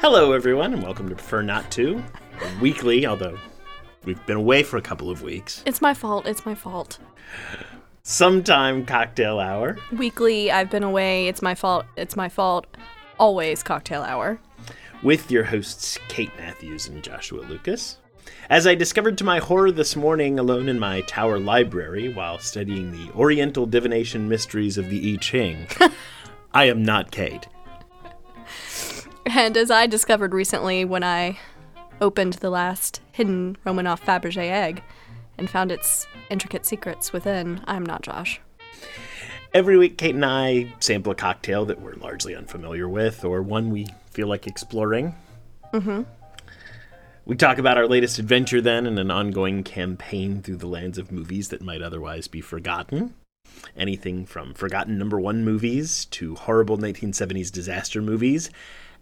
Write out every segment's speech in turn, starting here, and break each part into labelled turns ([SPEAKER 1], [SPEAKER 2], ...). [SPEAKER 1] Hello, everyone, and welcome to Prefer Not To, a weekly, although we've been away for a couple of weeks,
[SPEAKER 2] It's my fault. It's my fault.
[SPEAKER 1] sometime cocktail hour.
[SPEAKER 2] Weekly, I've been away. It's my fault. It's my fault. Always cocktail hour.
[SPEAKER 1] with your hosts Kate Matthews and Joshua Lucas. As I discovered to my horror this morning alone in my tower library while studying the Oriental divination mysteries of the I Ching, I am not Kate.
[SPEAKER 2] And as I discovered recently when I opened the last hidden Romanoff Fabergé egg and found its intricate secrets within, I'm not Josh.
[SPEAKER 1] Every week, Kate and I sample a cocktail that we're largely unfamiliar with or one we feel like exploring. Mm hmm.
[SPEAKER 2] Mm-hmm.
[SPEAKER 1] We talk about our latest adventure then and an ongoing campaign through the lands of movies that might otherwise be forgotten. Anything from forgotten number one movies to horrible 1970s disaster movies.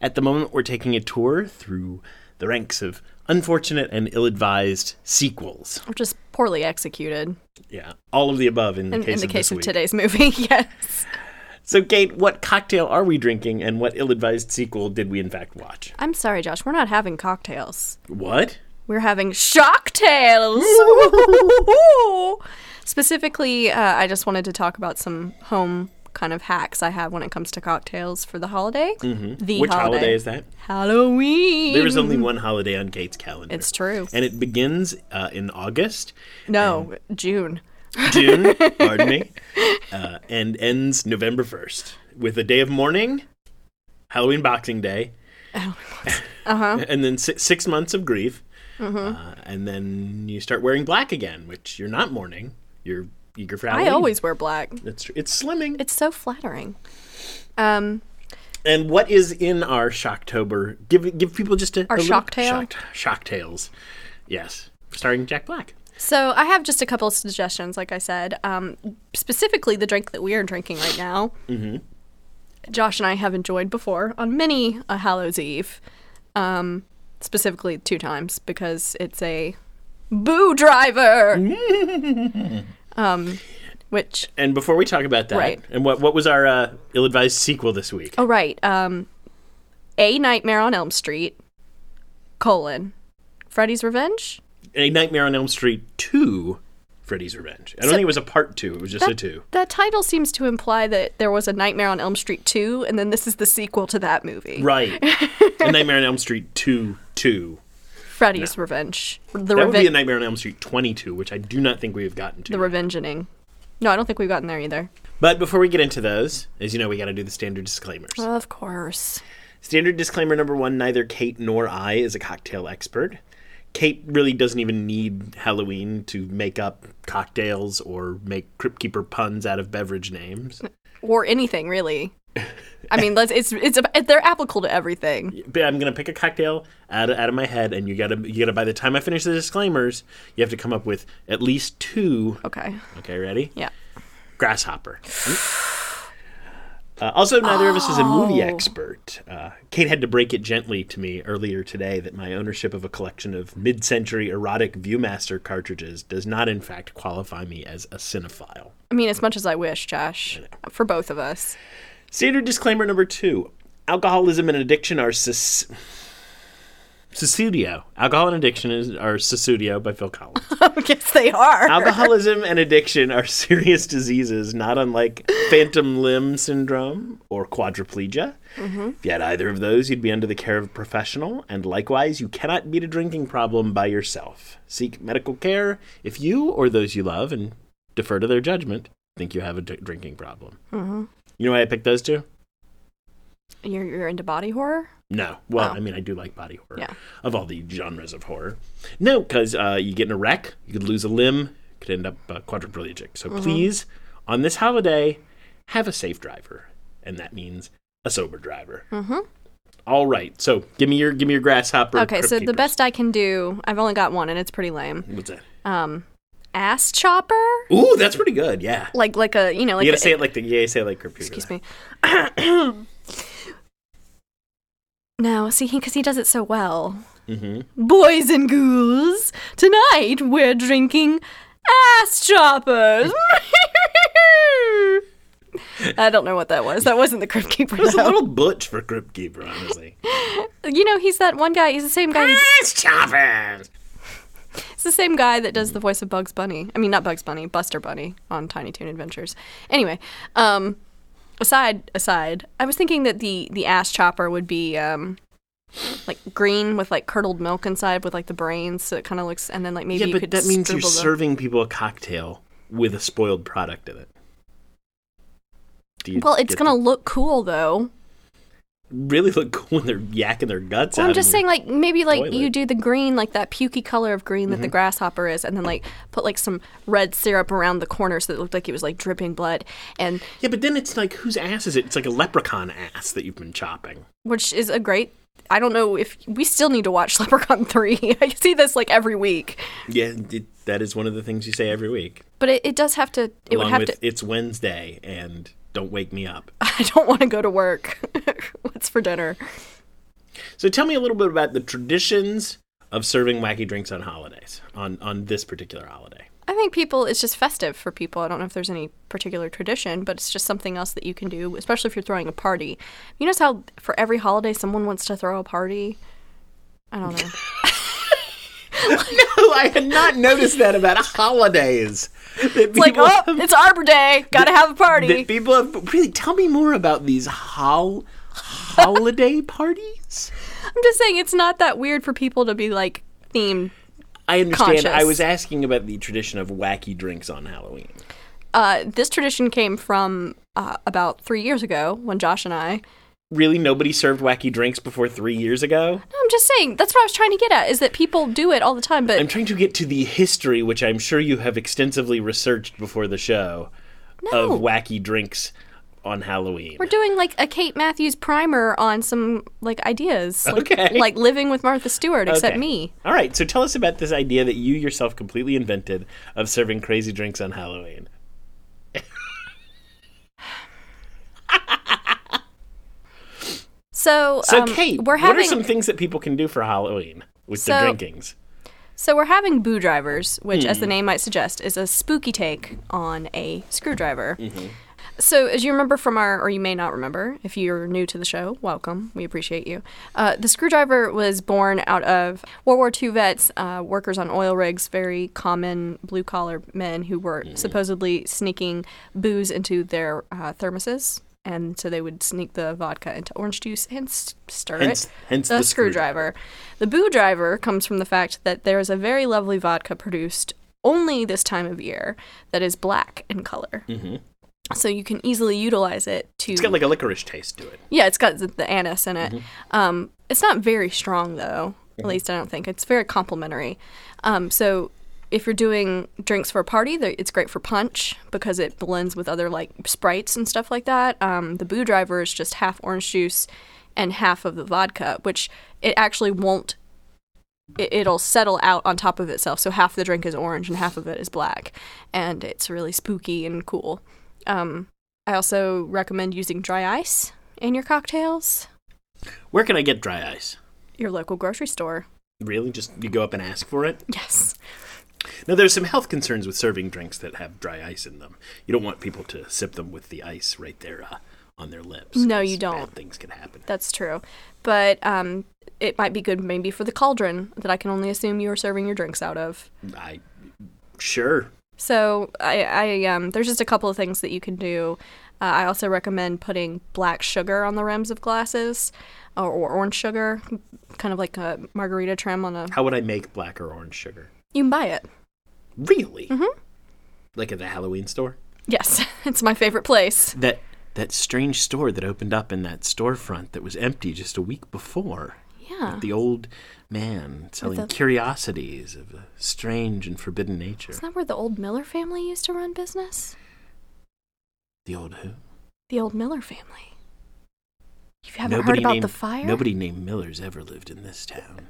[SPEAKER 1] At the moment, we're taking a tour through the ranks of unfortunate and ill advised sequels.
[SPEAKER 2] Or just poorly executed
[SPEAKER 1] Yeah, all of the above in the
[SPEAKER 2] in,
[SPEAKER 1] case,
[SPEAKER 2] in the
[SPEAKER 1] of,
[SPEAKER 2] case
[SPEAKER 1] this
[SPEAKER 2] of
[SPEAKER 1] week.
[SPEAKER 2] today's movie. yes.
[SPEAKER 1] So, Kate, what cocktail are we drinking and what ill advised sequel did we in fact watch?
[SPEAKER 2] I'm sorry, Josh. We're not having cocktails.
[SPEAKER 1] What?
[SPEAKER 2] We're having shocktails. Specifically, uh, I just wanted to talk about some home kind of hacks I have when it comes to cocktails for the holiday. Mm-hmm. The
[SPEAKER 1] Which E holiday. is that?
[SPEAKER 2] Halloween.
[SPEAKER 1] There is only one holiday on Kate's calendar.
[SPEAKER 2] it's true.
[SPEAKER 1] and it begins uh, in August,
[SPEAKER 2] no, June.
[SPEAKER 1] June, pardon me, uh, and ends November 1st with a day of mourning, Halloween Boxing Day,
[SPEAKER 2] Oh, Uh-huh.
[SPEAKER 1] and then si- six months of grief.
[SPEAKER 2] Mm-hmm.
[SPEAKER 1] Uh, and then you start wearing black again, which you're not mourning. You're eager for Halloween.
[SPEAKER 2] I always wear black.
[SPEAKER 1] It's, tr- it's slimming.
[SPEAKER 2] It's so flattering. Um,
[SPEAKER 1] And what is in our Shocktober? Give give people just a
[SPEAKER 2] Our
[SPEAKER 1] a little-
[SPEAKER 2] Shocktail?
[SPEAKER 1] Shock, Shocktails, yes, starring Jack Black.
[SPEAKER 2] So I have just a couple of suggestions, like I said. Um, specifically, the drink that we are drinking right now, Josh and I have enjoyed before on many a Hallows Eve, um, specifically two times because it's a boo driver, um, which
[SPEAKER 1] And before we talk about that,
[SPEAKER 2] Right.
[SPEAKER 1] and what what was our uh, ill-advised sequel this week?
[SPEAKER 2] oh right, um, a Nightmare on Elm Street colon Freddy's Revenge.
[SPEAKER 1] A Nightmare on Elm Street Two, Freddy's Revenge. I don't
[SPEAKER 2] So-
[SPEAKER 1] think it was a part two; it was just a two.
[SPEAKER 2] That title seems to imply that there was a Nightmare on Elm Street 2, and then this is the sequel to that movie.
[SPEAKER 1] Right. a Nightmare on Elm Street Two Two.
[SPEAKER 2] Freddy's Revenge. The,
[SPEAKER 1] That would be a
[SPEAKER 2] reven-
[SPEAKER 1] Nightmare on Elm Street Twenty Two, which I do not think we have gotten to.
[SPEAKER 2] the revengeing. No, I don't think we've gotten there either.
[SPEAKER 1] but before we get into those, as you know, we got to do the standard disclaimers.
[SPEAKER 2] Of course.
[SPEAKER 1] Standard disclaimer number one neither Kate nor I is a cocktail expert. Kate really doesn't even need Halloween to make up cocktails or make Crypt Keeper puns out of beverage names.
[SPEAKER 2] Or anything, really. I mean, let's, it's, it's, they're applicable to everything.
[SPEAKER 1] But I'm gonna pick a cocktail out of, out of my head, and you gotta you gotta. By the time I finish the disclaimers, you have to come up with at least two.
[SPEAKER 2] Okay.
[SPEAKER 1] Okay, ready?
[SPEAKER 2] Yeah.
[SPEAKER 1] Grasshopper. Uh, also, neither of us is a movie expert. Uh, Kate had to break it gently to me earlier today that my ownership of a collection of mid century erotic Viewmaster cartridges does not, in fact, qualify me as a cinephile.
[SPEAKER 2] I mean, as much as I wish, Josh, for both of us.
[SPEAKER 1] Standard disclaimer number two alcoholism and addiction are. Sus- Susudio. Alcohol and addiction is, are Susudio by Phil Collins.
[SPEAKER 2] Oh, yes, they are.
[SPEAKER 1] Alcoholism and addiction are serious diseases, not unlike phantom limb syndrome or quadriplegia. If you had either of those, you'd be under the care of a professional, and likewise, you cannot beat a drinking problem by yourself. Seek medical care if you or those you love, and defer to their judgment, think you have a d- drinking problem. You know why I picked those two?
[SPEAKER 2] Mm-hmm. You're, you're into body horror?
[SPEAKER 1] No. Well,
[SPEAKER 2] Oh.
[SPEAKER 1] I mean, I do like body horror.
[SPEAKER 2] Yeah.
[SPEAKER 1] Of all the genres of horror. No, because uh, you get in a wreck, you could lose a limb, could end up uh, quadriplegic. So
[SPEAKER 2] Mm-hmm.
[SPEAKER 1] please, on this holiday, have a safe driver, and that means a sober driver. Mm-hmm. right. So give me your give me your grasshopper.
[SPEAKER 2] Okay,
[SPEAKER 1] Crypt
[SPEAKER 2] so the
[SPEAKER 1] Keepers.
[SPEAKER 2] best I can do, I've only got one, and it's pretty lame.
[SPEAKER 1] What's that?
[SPEAKER 2] Um, ass chopper?
[SPEAKER 1] Ooh, that's pretty good. Yeah.
[SPEAKER 2] Like, like a, you know, like
[SPEAKER 1] you
[SPEAKER 2] a,
[SPEAKER 1] gotta say it like the yeah, say it like computer.
[SPEAKER 2] Excuse me. no, see, because he, does it so well.
[SPEAKER 1] Mm-hmm.
[SPEAKER 2] Boys and ghouls, tonight we're drinking ass choppers. I don't know what that was. That wasn't the Crypt Keeper.
[SPEAKER 1] It's a
[SPEAKER 2] though.
[SPEAKER 1] little butch for Crypt Keeper, honestly.
[SPEAKER 2] You know, he's that one guy. He's the same guy.
[SPEAKER 1] it's Choppers!
[SPEAKER 2] It's the same guy that does the voice of Bugs Bunny. I mean, not Bugs Bunny, Buster Bunny on Tiny Toon Adventures. Anyway, um, aside aside, I was thinking that the the ass chopper would be um, like green with like curdled milk inside with like the brains, so it kind of looks. And then like maybe
[SPEAKER 1] Yeah,
[SPEAKER 2] you
[SPEAKER 1] but
[SPEAKER 2] could
[SPEAKER 1] that means you're
[SPEAKER 2] scribble the-
[SPEAKER 1] serving people a cocktail with a spoiled product in it. Do you
[SPEAKER 2] Well, it's
[SPEAKER 1] get
[SPEAKER 2] gonna
[SPEAKER 1] to
[SPEAKER 2] look cool though.
[SPEAKER 1] really look cool when they're yakking their guts
[SPEAKER 2] Well,
[SPEAKER 1] out.
[SPEAKER 2] I'm just
[SPEAKER 1] and-
[SPEAKER 2] saying, like maybe like you
[SPEAKER 1] toilet. Mm-hmm.
[SPEAKER 2] do the green, like that pukey color of green that the grasshopper is, and then like put like some red syrup around the corner so that it looked like it was like dripping blood, and
[SPEAKER 1] Yeah, but then it's like, whose ass is it? It's like a leprechaun ass that you've been chopping.
[SPEAKER 2] which is a great. I don't know if we still need to watch Leprechaun Three. I see this like every week,
[SPEAKER 1] Yeah, it, that is one of the things you say every week.
[SPEAKER 2] but it, it does have to. It would
[SPEAKER 1] along
[SPEAKER 2] have
[SPEAKER 1] with
[SPEAKER 2] to.
[SPEAKER 1] it's Wednesday and don't wake me up.
[SPEAKER 2] I don't want to go to work. What's for dinner?
[SPEAKER 1] So tell me a little bit about the traditions of serving wacky drinks on holidays, on, on this particular holiday.
[SPEAKER 2] I think people, it's just festive for people. I don't know if there's any particular tradition, but it's just something else that you can do, especially if you're throwing a party. You notice how for every holiday someone wants to throw a party? I don't know. Oh,
[SPEAKER 1] no, I had not noticed that about holidays. That people,
[SPEAKER 2] like, oh, it's Arbor Day. Gotta have a party.
[SPEAKER 1] that people have, really tell me more about these hol- holiday parties.
[SPEAKER 2] I'm just saying it's not that weird for people to be like themed.
[SPEAKER 1] I understand. I
[SPEAKER 2] Conscious.
[SPEAKER 1] was asking about the tradition of wacky drinks on Halloween.
[SPEAKER 2] Uh, this tradition came from uh, about three years ago when Josh and I.
[SPEAKER 1] Really, nobody served wacky drinks before three years ago.
[SPEAKER 2] I'm just saying that's what I was trying to get at is that people do it all the time, but
[SPEAKER 1] I'm trying to get to the history, which I'm sure you have extensively researched before the show,
[SPEAKER 2] No.
[SPEAKER 1] of wacky drinks on Halloween.
[SPEAKER 2] We're doing like a Kate Matthews primer on some like ideas. Like,
[SPEAKER 1] Okay.
[SPEAKER 2] Like living with Martha Stewart, except
[SPEAKER 1] Okay.
[SPEAKER 2] me.
[SPEAKER 1] All right, so tell us about this idea that you yourself completely invented of serving crazy drinks on Halloween.
[SPEAKER 2] So,
[SPEAKER 1] So,
[SPEAKER 2] um,
[SPEAKER 1] Kate,
[SPEAKER 2] we're
[SPEAKER 1] what
[SPEAKER 2] having
[SPEAKER 1] are some things that people can do for Halloween with their
[SPEAKER 2] So-
[SPEAKER 1] drinkings?
[SPEAKER 2] so we're having boo drivers, which, as
[SPEAKER 1] Hmm.
[SPEAKER 2] the name might suggest, is a spooky take on a screwdriver. So, as you remember from our, or you may not remember, if you're new to the show, welcome. We appreciate you. Uh, the screwdriver was born out of World War II vets, uh, workers on oil rigs, very common blue collar men who were supposedly sneaking booze into their uh, thermoses. And so they would sneak the vodka into orange juice and s- stir
[SPEAKER 1] Hence-
[SPEAKER 2] it.
[SPEAKER 1] hence
[SPEAKER 2] the,
[SPEAKER 1] the
[SPEAKER 2] screwdriver. The boo driver comes from the fact that there is a very lovely vodka produced only this time of year that is black in color so you can easily utilize it to
[SPEAKER 1] It's got like Mm-hmm. a licorice taste to it.
[SPEAKER 2] yeah it's got the, the anise in it um, it's not very strong though
[SPEAKER 1] Mm-hmm.
[SPEAKER 2] at least i don't think it's very complimentary um, so if you're doing drinks for a party they're- it's great for punch because it blends with other like sprites and stuff like that um, the boo driver is just half orange juice and half of the vodka which it actually won't it, it'll settle out on top of itself so half the drink is orange and half of it is black and it's really spooky and cool um, I also recommend using dry ice in your cocktails.
[SPEAKER 1] Where can I get dry ice?
[SPEAKER 2] Your local grocery store.
[SPEAKER 1] Really? Just you go up and ask for it?
[SPEAKER 2] Yes.
[SPEAKER 1] Now, there's some health concerns with serving drinks that have dry ice in them. You don't want people to sip them with the ice right there uh, on their lips.
[SPEAKER 2] No,
[SPEAKER 1] 'cause
[SPEAKER 2] you don't.
[SPEAKER 1] Bad things can happen.
[SPEAKER 2] That's true. But um, it might be good maybe for the cauldron that I can only assume you are serving your drinks out of.
[SPEAKER 1] I sure.
[SPEAKER 2] So I, I um, there's just a couple of things that you can do. Uh, I also recommend putting black sugar on the rims of glasses or, or orange sugar, kind of like a margarita trim on a.
[SPEAKER 1] How would I make black or orange sugar?
[SPEAKER 2] You can buy it.
[SPEAKER 1] Really? Mm-hmm. Like at the Halloween store?
[SPEAKER 2] Yes, it's my favorite place.
[SPEAKER 1] That that strange store that opened up in that storefront that was empty just a week before.
[SPEAKER 2] Yeah.
[SPEAKER 1] The old man selling
[SPEAKER 2] the-
[SPEAKER 1] curiosities of a strange and forbidden nature.
[SPEAKER 2] Isn't that where the old Miller family used to run business?
[SPEAKER 1] The old who?
[SPEAKER 2] The old Miller family. You haven't heard about
[SPEAKER 1] named,
[SPEAKER 2] the fire?
[SPEAKER 1] Nobody named Miller's ever lived in this town.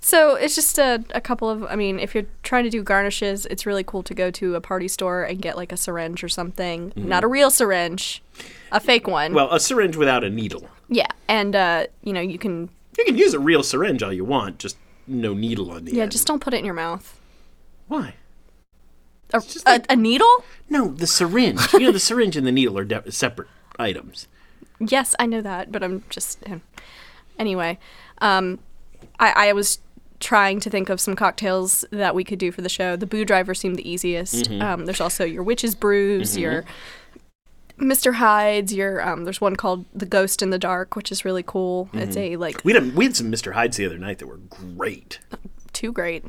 [SPEAKER 2] So it's just a, a couple of, I mean, if you're trying to do garnishes, it's really cool to go to a party store and get like a syringe or something. Not a real syringe, a fake one.
[SPEAKER 1] Mm-hmm. Well, a syringe without a needle.
[SPEAKER 2] yeah. And, uh, you know, you can,
[SPEAKER 1] You can use a real syringe all you want, just no needle on the
[SPEAKER 2] yeah,
[SPEAKER 1] end.
[SPEAKER 2] just don't put it in your mouth.
[SPEAKER 1] why?
[SPEAKER 2] A, a, a needle?
[SPEAKER 1] No, the syringe. you know, the syringe and the needle are de- separate items.
[SPEAKER 2] Yes, I know that, but I'm just anyway. Um, I, I was trying to think of some cocktails that we could do for the show. The Boo Driver seemed the easiest.
[SPEAKER 1] Mm-hmm.
[SPEAKER 2] Um, there's also your Witch's Brews, your Mr. Hyde's, your um, there's one called the Ghost in the Dark, which is really cool. It's
[SPEAKER 1] Mm-hmm.
[SPEAKER 2] a like
[SPEAKER 1] We had, a, we had some Mr. Hydes the other night that were great.
[SPEAKER 2] too great.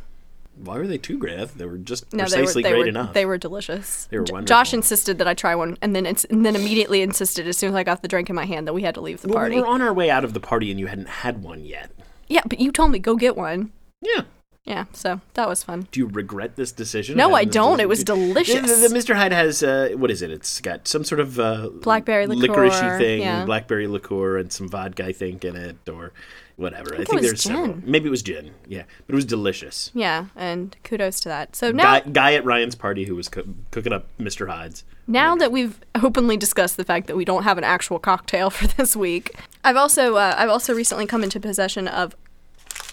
[SPEAKER 1] Why were they too great? I thought They were just
[SPEAKER 2] No, they were
[SPEAKER 1] precisely
[SPEAKER 2] they
[SPEAKER 1] great
[SPEAKER 2] were
[SPEAKER 1] enough.
[SPEAKER 2] they were delicious.
[SPEAKER 1] They were
[SPEAKER 2] J- Josh
[SPEAKER 1] wonderful.
[SPEAKER 2] insisted that I try one, and then it's and then immediately insisted as soon as I got the drink in my hand that we had to leave the
[SPEAKER 1] Well,
[SPEAKER 2] party.
[SPEAKER 1] we were on our way out of the party and you hadn't had one yet.
[SPEAKER 2] Yeah, but you told me go get one.
[SPEAKER 1] Yeah.
[SPEAKER 2] Yeah, so that was fun.
[SPEAKER 1] Do you regret this decision?
[SPEAKER 2] No,
[SPEAKER 1] of
[SPEAKER 2] I
[SPEAKER 1] having this
[SPEAKER 2] don't. It was
[SPEAKER 1] decision?
[SPEAKER 2] delicious.
[SPEAKER 1] The, the- the Mr. Hyde has uh, what is it? It's got some sort of uh,
[SPEAKER 2] Blackberry liqueur,
[SPEAKER 1] licoricey thing,
[SPEAKER 2] yeah.
[SPEAKER 1] blackberry liqueur, and some vodka, I think, in it, or whatever. I think,
[SPEAKER 2] it was
[SPEAKER 1] there's several.
[SPEAKER 2] gin.
[SPEAKER 1] Maybe it was gin. Yeah, but it was delicious.
[SPEAKER 2] Yeah, and kudos to that. So now
[SPEAKER 1] Guy, guy at Ryan's party who was coo- cooking up Mr. Hyde's.
[SPEAKER 2] now that we've openly discussed the fact that we don't have an actual cocktail for this week, I've also uh, I've also recently come into possession of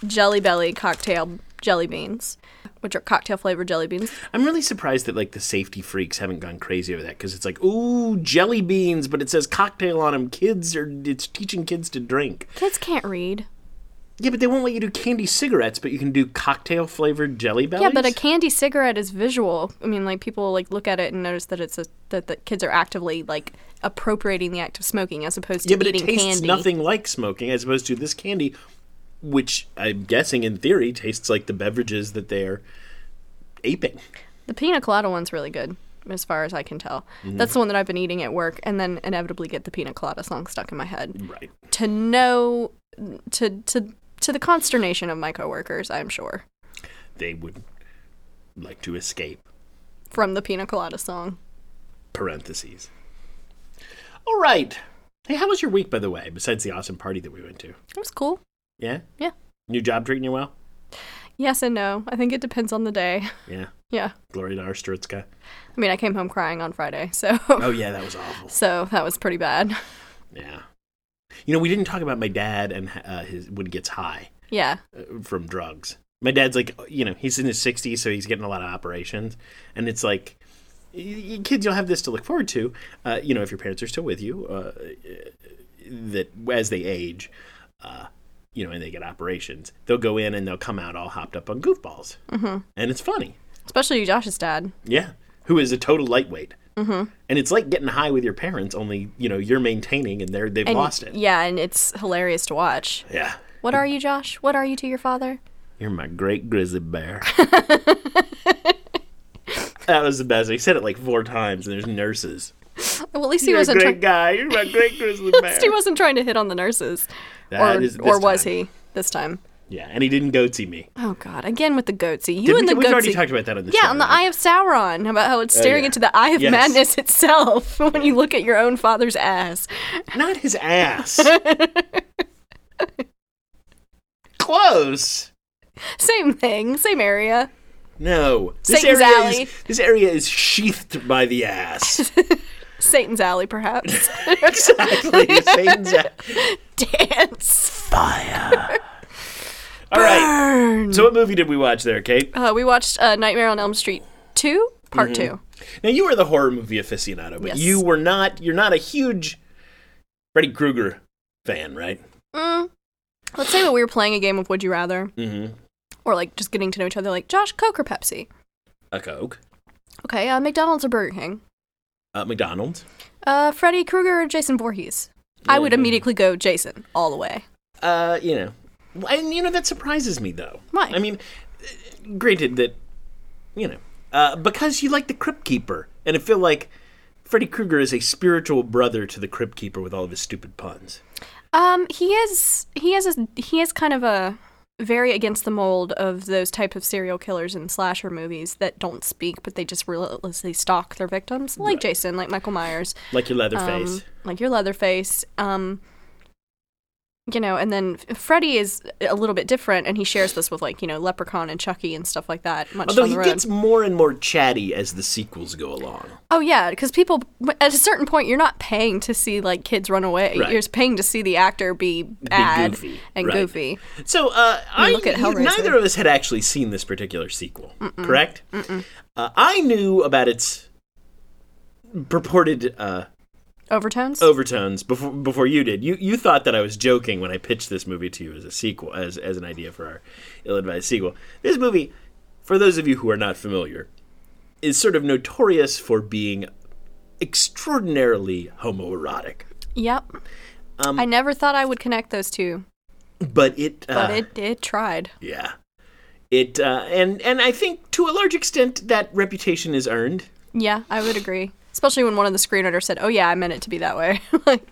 [SPEAKER 2] Jelly Belly cocktail jelly beans, which are cocktail flavored jelly beans.
[SPEAKER 1] I'm really surprised that like the safety freaks haven't gone crazy over that because it's like, ooh, jelly beans, but it says cocktail on them. Kids are it's teaching kids to drink.
[SPEAKER 2] Kids can't read.
[SPEAKER 1] Yeah, but they won't let you do candy cigarettes, but you can do cocktail flavored jelly bellies.
[SPEAKER 2] Yeah, but a candy cigarette is visual. I mean, like people like look at it and notice that it's a that the kids are actively like appropriating the act of smoking as opposed to
[SPEAKER 1] Yeah, but it
[SPEAKER 2] eating
[SPEAKER 1] tastes
[SPEAKER 2] candy.
[SPEAKER 1] nothing like smoking as opposed to this candy, which I'm guessing in theory tastes like the beverages that they're aping.
[SPEAKER 2] The pina colada one's really good, as far as I can tell.
[SPEAKER 1] Mm-hmm.
[SPEAKER 2] That's the one that I've been eating at work, and then inevitably get the pina colada song stuck in my head.
[SPEAKER 1] Right.
[SPEAKER 2] To no, to to to the consternation of my coworkers, I'm sure,
[SPEAKER 1] They would like to escape.
[SPEAKER 2] from the pina colada song.
[SPEAKER 1] Parentheses. All right. Hey, how was your week, by the way, besides the awesome party that we went to?
[SPEAKER 2] It was cool.
[SPEAKER 1] Yeah?
[SPEAKER 2] Yeah.
[SPEAKER 1] New job treating you well?
[SPEAKER 2] Yes and no. I think it depends on the day.
[SPEAKER 1] Yeah.
[SPEAKER 2] Yeah.
[SPEAKER 1] Glory to Arstritska.
[SPEAKER 2] I mean, I came home crying on Friday, so
[SPEAKER 1] Oh, yeah, that was awful.
[SPEAKER 2] so that was pretty bad.
[SPEAKER 1] Yeah. You know, we didn't talk about my dad and uh, his when he gets high. uh,
[SPEAKER 2] Yeah.
[SPEAKER 1] from drugs. My dad's like, you know, he's in his 60s, so he's getting a lot of operations. And it's like, y- y- kids, you'll have this to look forward to, uh, you know, if your parents are still with you, uh, that as they age, uh, you know, and they get operations, they'll go in and they'll come out all hopped up on goofballs. Mm-hmm. And it's funny.
[SPEAKER 2] Especially Josh's dad.
[SPEAKER 1] Yeah. Who is a total lightweight. Mm-hmm. And it's like getting high with your parents, only, you know, you're maintaining and they're, they've
[SPEAKER 2] And-
[SPEAKER 1] lost it.
[SPEAKER 2] Yeah, and it's hilarious to watch.
[SPEAKER 1] Yeah.
[SPEAKER 2] What are you, Josh? What are you to your father?
[SPEAKER 1] You're my great grizzly bear. that was the best. He said it like four times, and there's nurses.
[SPEAKER 2] Well, at least he
[SPEAKER 1] You're a
[SPEAKER 2] wasn't.
[SPEAKER 1] great
[SPEAKER 2] try-
[SPEAKER 1] guy. You're my great grizzly bear.
[SPEAKER 2] he wasn't trying to hit on the nurses.
[SPEAKER 1] That
[SPEAKER 2] or
[SPEAKER 1] is- this
[SPEAKER 2] or was
[SPEAKER 1] time.
[SPEAKER 2] he this time?
[SPEAKER 1] yeah, and he didn't goatsy me.
[SPEAKER 2] Oh God! Again with the goatsy. You
[SPEAKER 1] Did
[SPEAKER 2] and
[SPEAKER 1] we,
[SPEAKER 2] the
[SPEAKER 1] we've already
[SPEAKER 2] goatsy.
[SPEAKER 1] talked about that on the show.
[SPEAKER 2] yeah, on the
[SPEAKER 1] right?
[SPEAKER 2] Eye of Sauron about how it's staring
[SPEAKER 1] yeah.
[SPEAKER 2] into the Eye of
[SPEAKER 1] Yes.
[SPEAKER 2] Madness itself when you look at your own father's ass.
[SPEAKER 1] Not his ass. Close.
[SPEAKER 2] Same thing, same area.
[SPEAKER 1] No. This
[SPEAKER 2] Satan's
[SPEAKER 1] area
[SPEAKER 2] alley.
[SPEAKER 1] Is, this area is sheathed by the ass.
[SPEAKER 2] Satan's Alley, perhaps.
[SPEAKER 1] exactly. Satan's a-
[SPEAKER 2] Dance.
[SPEAKER 1] fire. All right.
[SPEAKER 2] Burn.
[SPEAKER 1] So, what movie did we watch there, Kate?
[SPEAKER 2] Uh, we watched uh, Nightmare on Elm Street two, part
[SPEAKER 1] Mm-hmm.
[SPEAKER 2] two.
[SPEAKER 1] Now you were the horror movie aficionado, but
[SPEAKER 2] Yes.
[SPEAKER 1] you were not. You're not a huge Freddy Krueger fan, right?
[SPEAKER 2] Mm. Let's say that we were playing a game of Would You Rather,
[SPEAKER 1] Mm-hmm.
[SPEAKER 2] or like just getting to know each other. Like Josh, Coke or Pepsi?
[SPEAKER 1] A Coke,
[SPEAKER 2] Okay, uh, McDonald's or Burger King?
[SPEAKER 1] uh, McDonald's.
[SPEAKER 2] Uh, Freddy Krueger or Jason Voorhees? I would
[SPEAKER 1] Mhm.
[SPEAKER 2] immediately go Jason all the way.
[SPEAKER 1] Uh, you know, Well, and you know that surprises me though.
[SPEAKER 2] Why?
[SPEAKER 1] I mean, uh, granted that, you know, uh, because you like the Crypt Keeper, and I feel like Freddy Krueger is a spiritual brother to the Crypt Keeper with all of his stupid puns.
[SPEAKER 2] Um, he is he has a he is kind of a very against the mold of those type of serial killers in slasher movies that don't speak but they just relentlessly stalk their victims, like Jason, like Michael Myers,
[SPEAKER 1] Like your
[SPEAKER 2] um,
[SPEAKER 1] Leatherface.
[SPEAKER 2] like your Leatherface. Um, you know, and then Freddy is a little bit different, and he shares this with like you know Leprechaun and Chucky and stuff like that. Much
[SPEAKER 1] Although
[SPEAKER 2] on
[SPEAKER 1] he
[SPEAKER 2] the road.
[SPEAKER 1] gets more and more chatty as the sequels go along.
[SPEAKER 2] oh yeah, because people at a certain point you're not paying to see like kids run away.
[SPEAKER 1] Right.
[SPEAKER 2] You're just paying to see the actor be bad
[SPEAKER 1] goofy,
[SPEAKER 2] and
[SPEAKER 1] right.
[SPEAKER 2] goofy.
[SPEAKER 1] So uh, I,
[SPEAKER 2] look at
[SPEAKER 1] you-
[SPEAKER 2] Hellraiser.
[SPEAKER 1] neither of us had actually seen this particular sequel, correct? Uh, I knew about its purported uh,
[SPEAKER 2] Overtones.
[SPEAKER 1] overtones before before you did. You you thought that I was joking when I pitched this movie to you as a sequel, as as an idea for our ill-advised sequel. This movie, for those of you who are not familiar, is sort of notorious for being extraordinarily homoerotic.
[SPEAKER 2] Yep.
[SPEAKER 1] Um,
[SPEAKER 2] I never thought I would connect those two,
[SPEAKER 1] But it, uh,
[SPEAKER 2] but it it tried.
[SPEAKER 1] yeah, it uh, and and I think to a large extent that reputation is earned.
[SPEAKER 2] Yeah, I would agree. Especially when one of the screenwriters said, "Oh yeah, I meant it to be that way." Like-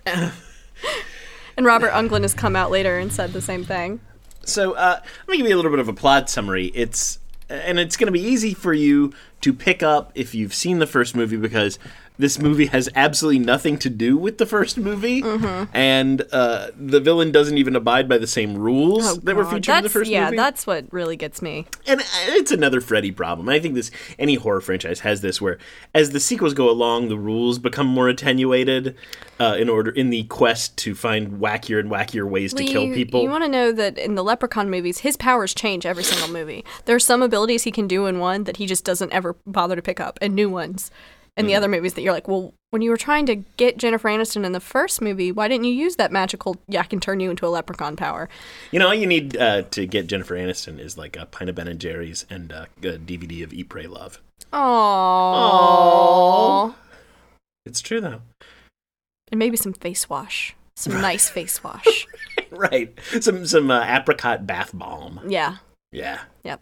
[SPEAKER 2] and Robert Unglin has come out later and said the same thing.
[SPEAKER 1] So uh, let me give you a little bit of a plot summary. It's and it's going to be easy for you to pick up if you've seen the first movie because this movie has absolutely nothing to do with the first movie,
[SPEAKER 2] Mm-hmm.
[SPEAKER 1] and uh, the villain doesn't even abide by the same rules that were
[SPEAKER 2] Oh, God,
[SPEAKER 1] featured in the
[SPEAKER 2] that's-
[SPEAKER 1] first
[SPEAKER 2] yeah,
[SPEAKER 1] movie.
[SPEAKER 2] that's what really gets me.
[SPEAKER 1] and it's another Freddy problem. I think this any horror franchise has this, where as the sequels go along, the rules become more attenuated uh, in order in the quest to find wackier and wackier ways to kill
[SPEAKER 2] you,
[SPEAKER 1] people.
[SPEAKER 2] You want to know that in the Leprechaun movies, his powers change every single movie. There are some abilities he can do in one that he just doesn't ever bother to pick up, and new ones. And
[SPEAKER 1] Hmm.
[SPEAKER 2] the other movies that you're like, well, when you were trying to get Jennifer Aniston in the first movie, why didn't you use that magical "yeah, I can turn you into a leprechaun" power?
[SPEAKER 1] You know, all you need uh, to get Jennifer Aniston is like a pint of Ben and Jerry's and uh, a DVD of Eat, Pray, Love.
[SPEAKER 2] Aww.
[SPEAKER 1] It's true though,
[SPEAKER 2] And maybe some face wash. Some nice face wash.
[SPEAKER 1] right? Some some uh, apricot bath balm.
[SPEAKER 2] Yeah.
[SPEAKER 1] Yeah.
[SPEAKER 2] Yep.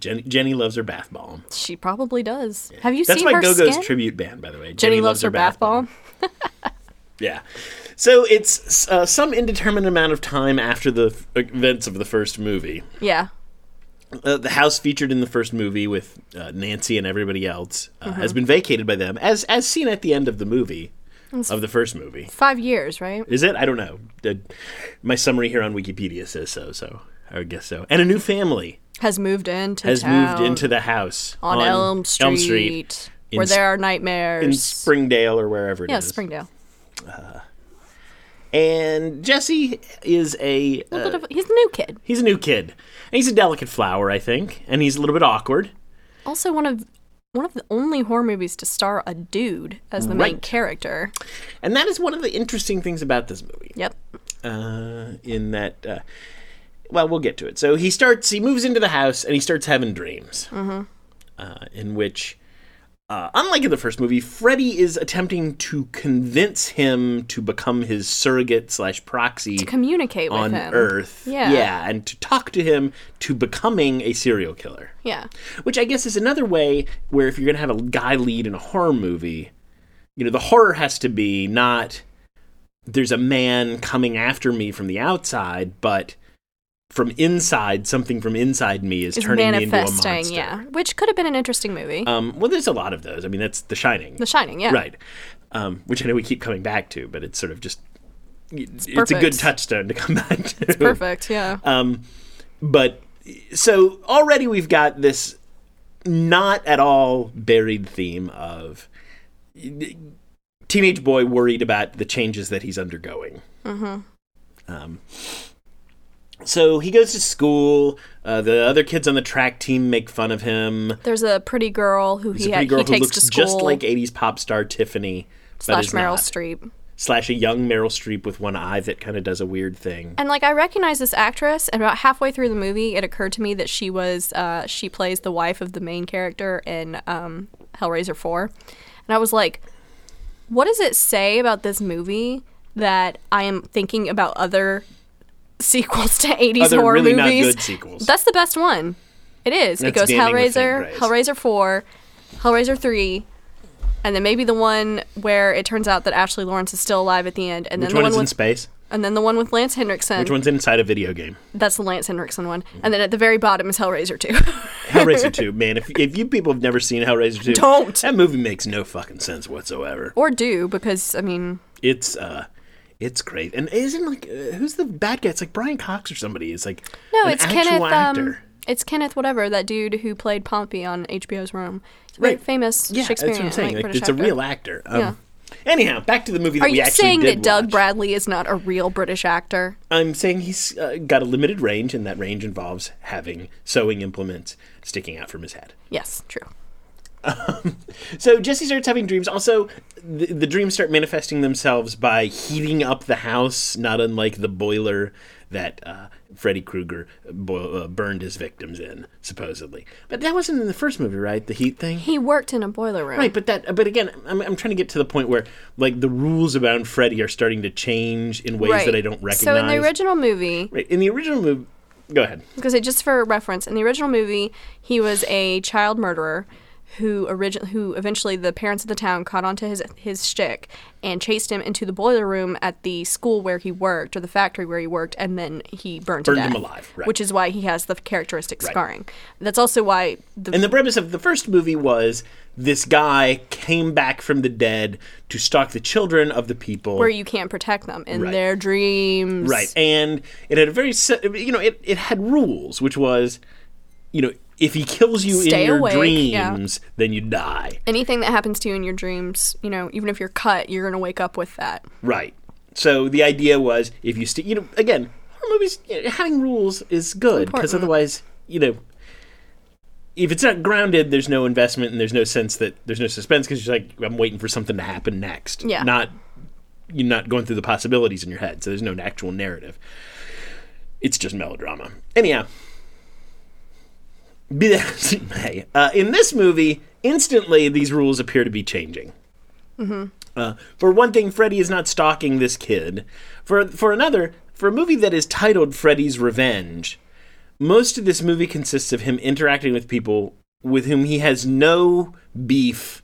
[SPEAKER 1] Jenny, Jenny loves her bath balm.
[SPEAKER 2] She probably does. Have you
[SPEAKER 1] That's
[SPEAKER 2] seen
[SPEAKER 1] my
[SPEAKER 2] her
[SPEAKER 1] Go-Go's
[SPEAKER 2] skin?
[SPEAKER 1] tribute band, by the way.
[SPEAKER 2] Jenny loves her bath bomb.
[SPEAKER 1] Yeah. So it's uh, some indeterminate amount of time after the f- uh, events of the first movie.
[SPEAKER 2] Yeah.
[SPEAKER 1] uh, the house featured in the first movie with uh, Nancy and everybody else uh,
[SPEAKER 2] Uh-huh.
[SPEAKER 1] has been vacated by them, as as seen at the end of the movie, of the first movie.
[SPEAKER 2] Five years, right?
[SPEAKER 1] Is it? I don't know. Did- my summary here on Wikipedia says so, so I would guess so. And a new family
[SPEAKER 2] Has moved into
[SPEAKER 1] has
[SPEAKER 2] town
[SPEAKER 1] moved into the house
[SPEAKER 2] on, Elm Street.
[SPEAKER 1] Elm Street in
[SPEAKER 2] where
[SPEAKER 1] Sp-
[SPEAKER 2] there are
[SPEAKER 1] in
[SPEAKER 2] nightmares.
[SPEAKER 1] Springdale or wherever it is.
[SPEAKER 2] yeah, Springdale.
[SPEAKER 1] And Jesse is a
[SPEAKER 2] A
[SPEAKER 1] uh,
[SPEAKER 2] little bit of, he's a new kid.
[SPEAKER 1] he's a new kid. And he's a delicate flower, I think, and he's a little bit awkward.
[SPEAKER 2] Also one of one of the only horror movies to star a dude as the main
[SPEAKER 1] Right.
[SPEAKER 2] character.
[SPEAKER 1] And that is one of the interesting things about this movie.
[SPEAKER 2] Yep.
[SPEAKER 1] uh, in that. Uh, well, we'll get to it. So he starts. He moves into the house and he starts having dreams,
[SPEAKER 2] Mm-hmm.
[SPEAKER 1] uh, in which, uh, unlike in the first movie, Freddy is attempting to convince him to become his surrogate slash proxy
[SPEAKER 2] Communicate with
[SPEAKER 1] on
[SPEAKER 2] him.
[SPEAKER 1] Earth.
[SPEAKER 2] Yeah.
[SPEAKER 1] yeah, and to talk to him to becoming a serial killer
[SPEAKER 2] Yeah.
[SPEAKER 1] which I guess is another way where if you're going to have a guy lead in a horror movie, you know, the horror has to be not there's a man coming after me from the outside, but from inside, something from inside me is,
[SPEAKER 2] Is
[SPEAKER 1] turning me into a
[SPEAKER 2] manifesting,
[SPEAKER 1] monster.
[SPEAKER 2] yeah. Which could have been an interesting movie.
[SPEAKER 1] Um, well, there's a lot of those. I mean, that's The Shining,
[SPEAKER 2] the Shining, yeah.
[SPEAKER 1] right? Um, which I know we keep coming back to, but it's sort of just it's, a good
[SPEAKER 2] perfect.
[SPEAKER 1] touchstone to come back to. It's
[SPEAKER 2] Perfect, yeah.
[SPEAKER 1] Um, but so already we've got this not at all buried theme of teenage boy worried about the changes that he's undergoing. Mm-hmm. Um, so he goes to school. Uh, the other kids on the track team make fun of him.
[SPEAKER 2] There's a pretty girl who
[SPEAKER 1] He's
[SPEAKER 2] he,
[SPEAKER 1] a pretty girl
[SPEAKER 2] he
[SPEAKER 1] who
[SPEAKER 2] takes
[SPEAKER 1] looks
[SPEAKER 2] to school
[SPEAKER 1] just like '80s pop star Tiffany, but
[SPEAKER 2] slash
[SPEAKER 1] is
[SPEAKER 2] Meryl
[SPEAKER 1] not.
[SPEAKER 2] Streep.
[SPEAKER 1] Slash a young Meryl Streep with one eye that kind of does a weird thing.
[SPEAKER 2] And like I recognize this actress, and about halfway through the movie, it occurred to me that she was uh, she plays the wife of the main character in um, Hellraiser Four, and I was like, what does it say about this movie that I am thinking about other sequels to 80s
[SPEAKER 1] Other
[SPEAKER 2] horror
[SPEAKER 1] really not
[SPEAKER 2] movies?
[SPEAKER 1] good sequels.
[SPEAKER 2] That's the best one. It is. it
[SPEAKER 1] That's
[SPEAKER 2] goes
[SPEAKER 1] damning with faint
[SPEAKER 2] Hellraiser,
[SPEAKER 1] praise.
[SPEAKER 2] Hellraiser 4, Hellraiser 3, and then maybe the one where it turns out that Ashley Lawrence is still alive at the end, and
[SPEAKER 1] Which one
[SPEAKER 2] then the one
[SPEAKER 1] is in
[SPEAKER 2] with
[SPEAKER 1] space?
[SPEAKER 2] and then the one with Lance Hendrickson.
[SPEAKER 1] Which one's inside a video game?
[SPEAKER 2] That's the Lance Henriksen one.
[SPEAKER 1] Mm-hmm.
[SPEAKER 2] And then at the very bottom is Hellraiser 2.
[SPEAKER 1] Hellraiser 2, man. If, if you people have never seen Hellraiser 2,
[SPEAKER 2] Don't.
[SPEAKER 1] That movie makes no fucking sense whatsoever.
[SPEAKER 2] or do, because, I mean,
[SPEAKER 1] It's uh It's great. And isn't like uh, who's the bad guy? It's like Brian Cox or somebody. It's like
[SPEAKER 2] No,
[SPEAKER 1] an
[SPEAKER 2] it's
[SPEAKER 1] actual
[SPEAKER 2] Kenneth. Um,
[SPEAKER 1] actor.
[SPEAKER 2] it's Kenneth, whatever that dude who played Pompey on HBO's Rome. He's a
[SPEAKER 1] Right.
[SPEAKER 2] very famous
[SPEAKER 1] yeah, that's what
[SPEAKER 2] Shakespearean.
[SPEAKER 1] I'm saying.
[SPEAKER 2] Like,
[SPEAKER 1] Like,
[SPEAKER 2] British
[SPEAKER 1] it's a
[SPEAKER 2] actor.
[SPEAKER 1] real actor. Um,
[SPEAKER 2] Yeah.
[SPEAKER 1] Anyhow, back to the movie that
[SPEAKER 2] Are
[SPEAKER 1] we
[SPEAKER 2] you
[SPEAKER 1] actually
[SPEAKER 2] saying
[SPEAKER 1] did
[SPEAKER 2] that Doug
[SPEAKER 1] watch.
[SPEAKER 2] Bradley is not a real British actor?
[SPEAKER 1] I'm saying he's uh, got a limited range, and that range involves having sewing implements sticking out from his head.
[SPEAKER 2] Yes, true.
[SPEAKER 1] So Jesse starts having dreams. Also, the, the dreams start manifesting themselves by heating up the house, not unlike the boiler that uh, Freddy Krueger boil, uh, burned his victims in, supposedly. But that wasn't in the first movie, right? The heat thing.
[SPEAKER 2] He worked in a boiler room.
[SPEAKER 1] Right, but that, but again, I'm, I'm trying to get to the point where like the rules about Freddy are starting to change in ways that I don't recognize.
[SPEAKER 2] So in the original movie,
[SPEAKER 1] right, in the original movie, go ahead.
[SPEAKER 2] because it- just for reference, in the original movie, he was a child murderer who origin- who eventually the parents of the town caught onto his his shtick and chased him into the boiler room at the school where he worked or the factory where he worked, and then he burned, to
[SPEAKER 1] Burned him
[SPEAKER 2] death,
[SPEAKER 1] alive, right.
[SPEAKER 2] which is why he has the characteristic scarring. That's also why the
[SPEAKER 1] And the premise of the first movie was this guy came back from the dead to stalk the children of the people.
[SPEAKER 2] where you can't protect them in
[SPEAKER 1] Right.
[SPEAKER 2] their dreams.
[SPEAKER 1] Right. And it had a very, se- you know, it, it had rules, which was, you know, if he kills you
[SPEAKER 2] Stay
[SPEAKER 1] in your
[SPEAKER 2] awake, yeah.
[SPEAKER 1] dreams, then you die.
[SPEAKER 2] Anything that happens to you in your dreams, you know, even if you're cut, you're gonna wake up with that.
[SPEAKER 1] Right. So the idea was if you, st- you know, again, horror movies, you know, having rules is good because
[SPEAKER 2] important.
[SPEAKER 1] otherwise, you know, if it's not grounded, there's no investment and there's no sense that there's no suspense because you're like, I'm waiting for something to happen next.
[SPEAKER 2] Yeah.
[SPEAKER 1] Not, you're not going through the possibilities in your head. So there's no actual narrative. It's just melodrama. Anyhow, be that as it may, uh, in this movie, instantly these rules appear to be changing. Uh, for one thing, Freddy is not stalking this kid. For for another, for a movie that is titled Freddy's Revenge, most of this movie consists of him interacting with people with whom he has no beef,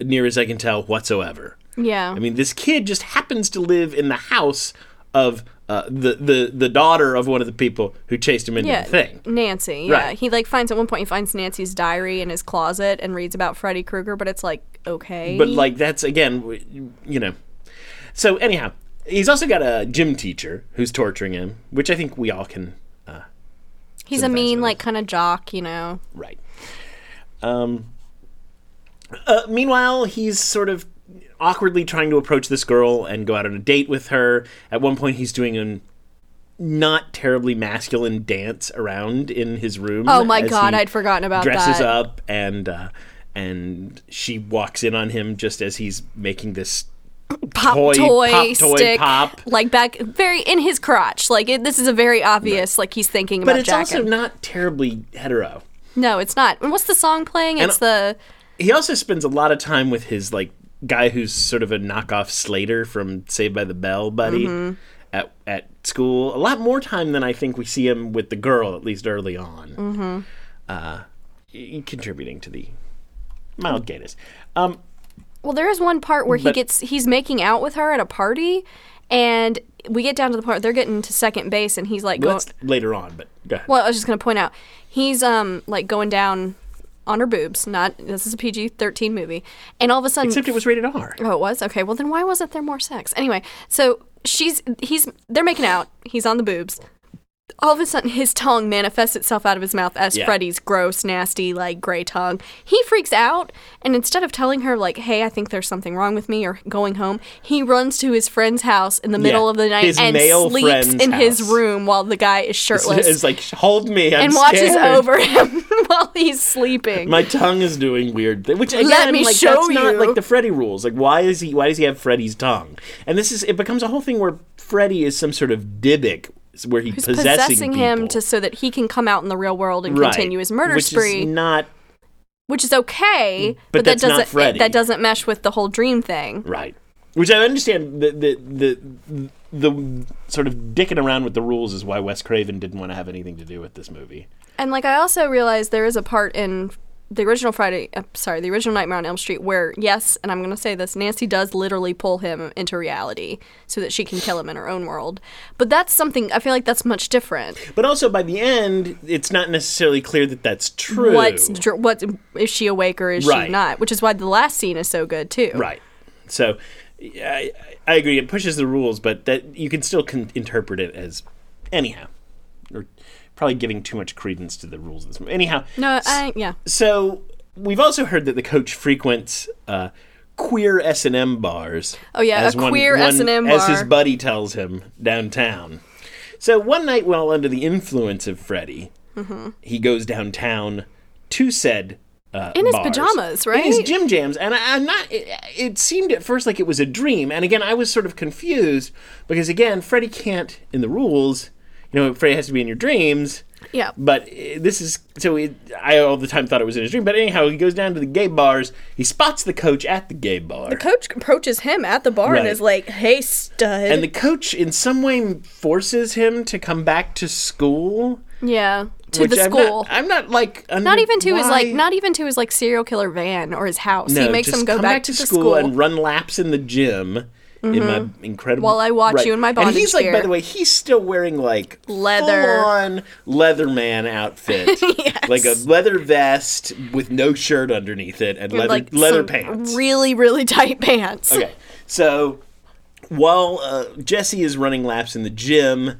[SPEAKER 1] near as I can tell, whatsoever.
[SPEAKER 2] Yeah.
[SPEAKER 1] I mean, this kid just happens to live in the house of uh, the the the daughter of one of the people who chased him into
[SPEAKER 2] yeah,
[SPEAKER 1] the thing.
[SPEAKER 2] Nancy. Yeah,
[SPEAKER 1] Right.
[SPEAKER 2] he like finds at one point he finds Nancy's diary in his closet and reads about Freddy Krueger, but it's like okay.
[SPEAKER 1] But like that's again, w- you know. So anyhow, he's also got a gym teacher who's torturing him, which I think we all can
[SPEAKER 2] he's a mean like kind of jock, you know.
[SPEAKER 1] Right. Um, uh, meanwhile, he's sort of awkwardly trying to approach this girl and go out on a date with her. At one point, he's doing a not terribly masculine dance around in his room.
[SPEAKER 2] Oh my
[SPEAKER 1] as
[SPEAKER 2] god,
[SPEAKER 1] he
[SPEAKER 2] I'd forgotten about
[SPEAKER 1] dresses
[SPEAKER 2] that.
[SPEAKER 1] up and uh, and she walks in on him just as he's making this
[SPEAKER 2] Pop
[SPEAKER 1] toy-
[SPEAKER 2] toy,
[SPEAKER 1] pop toy
[SPEAKER 2] stick,
[SPEAKER 1] pop.
[SPEAKER 2] like back very in his crotch. Like it, this is a very obvious. Like he's thinking
[SPEAKER 1] but
[SPEAKER 2] about
[SPEAKER 1] it's
[SPEAKER 2] jacking.
[SPEAKER 1] also not terribly hetero.
[SPEAKER 2] no, it's not. And what's the song playing? It's the
[SPEAKER 1] he also spends a lot of time with his like guy who's sort of a knockoff Slater from Saved by the Bell buddy
[SPEAKER 2] Mm-hmm.
[SPEAKER 1] at at school. A lot more time than I think we see him with the girl, at least early on, mm-hmm. uh, y- contributing to the
[SPEAKER 2] Mm.
[SPEAKER 1] mild gayness. Um,
[SPEAKER 2] Well, there is one part where he
[SPEAKER 1] But-
[SPEAKER 2] gets he's making out with her at a party, and we get down to the part they're getting to second base, and he's like, going,
[SPEAKER 1] that's later on, but go ahead.
[SPEAKER 2] "Well, I was just gonna point out he's um like going down on her boobs. Not this is a PG thirteen movie, and all of a sudden,
[SPEAKER 1] except it was rated R.
[SPEAKER 2] oh, it was okay. Well, then why wasn't there more sex? Anyway, so she's he's they're making out. He's on the boobs. All of a sudden, his tongue manifests itself out of his mouth as
[SPEAKER 1] Yeah.
[SPEAKER 2] Freddy's gross, nasty, like gray tongue. He freaks out, and instead of telling her, like, hey, I think there's something wrong with me or going home, he runs to his friend's house in the middle of the night
[SPEAKER 1] his
[SPEAKER 2] and
[SPEAKER 1] male
[SPEAKER 2] sleeps
[SPEAKER 1] friend's
[SPEAKER 2] in his
[SPEAKER 1] house.
[SPEAKER 2] room while the guy is shirtless
[SPEAKER 1] It's like hold me, I'm
[SPEAKER 2] and watches
[SPEAKER 1] scared.
[SPEAKER 2] over him while he's sleeping.
[SPEAKER 1] My tongue is doing weird things, which again,
[SPEAKER 2] Let me
[SPEAKER 1] like,
[SPEAKER 2] show
[SPEAKER 1] that's not
[SPEAKER 2] you.
[SPEAKER 1] like the Freddy rules. Like, why is he? Why does he have Freddy's tongue? And this is it becomes a whole thing where Freddy is some sort of Dybbuk, where he possessing,
[SPEAKER 2] possessing him
[SPEAKER 1] people.
[SPEAKER 2] to so that he can come out in the real world and
[SPEAKER 1] Right.
[SPEAKER 2] continue his murder
[SPEAKER 1] which
[SPEAKER 2] spree,
[SPEAKER 1] Is not
[SPEAKER 2] which is okay,
[SPEAKER 1] But
[SPEAKER 2] but, that
[SPEAKER 1] that's not
[SPEAKER 2] doesn't
[SPEAKER 1] Freddy. Mm.
[SPEAKER 2] that doesn't mesh with the whole dream thing.
[SPEAKER 1] right. Which I understand the the the the sort of dicking around with the rules is why Wes Craven didn't want to have anything to do with this movie.
[SPEAKER 2] And like I also realized there is a part in the original Friday, uh, sorry, the original Nightmare on Elm Street where yes, and I'm going to say this, Nancy does literally pull him into reality so that she can kill him in her own world. But that's something I feel like that's much different.
[SPEAKER 1] But also by the end, it's not necessarily clear that that's true.
[SPEAKER 2] What's dr- what is she awake or is
[SPEAKER 1] Right.
[SPEAKER 2] she not? Which is why the last scene is so good too.
[SPEAKER 1] Right. So Yeah, I, I agree. It pushes the rules, but that you can still con- interpret it as anyhow. Or probably giving too much credence to the rules of this movie. Anyhow,
[SPEAKER 2] No, I yeah.
[SPEAKER 1] so we've also heard that the coach frequents uh, queer S and M bars.
[SPEAKER 2] Oh, yeah, a
[SPEAKER 1] as one-
[SPEAKER 2] queer
[SPEAKER 1] one-
[SPEAKER 2] S&M
[SPEAKER 1] as his
[SPEAKER 2] bar.
[SPEAKER 1] buddy tells him downtown. So one night, while under the influence of Freddie,
[SPEAKER 2] Mm-hmm.
[SPEAKER 1] he goes downtown to said. Uh,
[SPEAKER 2] In his
[SPEAKER 1] bars.
[SPEAKER 2] pajamas, right?
[SPEAKER 1] In his gym jams, and I, I'm not. It, it seemed at first like it was a dream, and again, I was sort of confused because again, Freddie can't in the rules. You know, Freddie has to be in your dreams.
[SPEAKER 2] Yeah.
[SPEAKER 1] But uh, this is so. It, I all the time thought it was in his dream. But anyhow, he goes down to the gay bars. He spots the coach at the gay bar,
[SPEAKER 2] Coach approaches him at the bar
[SPEAKER 1] Right.
[SPEAKER 2] and is like, "Hey, stud."
[SPEAKER 1] and the coach in some way forces him to come back to school.
[SPEAKER 2] yeah, to
[SPEAKER 1] which
[SPEAKER 2] the
[SPEAKER 1] I'm
[SPEAKER 2] school.
[SPEAKER 1] Not, I'm not like un-
[SPEAKER 2] not even to his like,
[SPEAKER 1] why-
[SPEAKER 2] not even to his like serial killer van or his house.
[SPEAKER 1] No,
[SPEAKER 2] he makes
[SPEAKER 1] just
[SPEAKER 2] him go
[SPEAKER 1] come
[SPEAKER 2] back, to, the school. Mm-hmm.
[SPEAKER 1] and run laps in the gym. In my incredible,
[SPEAKER 2] While I watch you in my
[SPEAKER 1] and he's
[SPEAKER 2] bondage
[SPEAKER 1] like, by
[SPEAKER 2] gear.
[SPEAKER 1] the way, he's still wearing like
[SPEAKER 2] Leather.
[SPEAKER 1] on Leatherman outfit, like a leather vest with no shirt underneath it and leather
[SPEAKER 2] like
[SPEAKER 1] leather
[SPEAKER 2] some
[SPEAKER 1] pants.
[SPEAKER 2] Really, really tight pants.
[SPEAKER 1] Okay, so while uh, Jesse is running laps in the gym,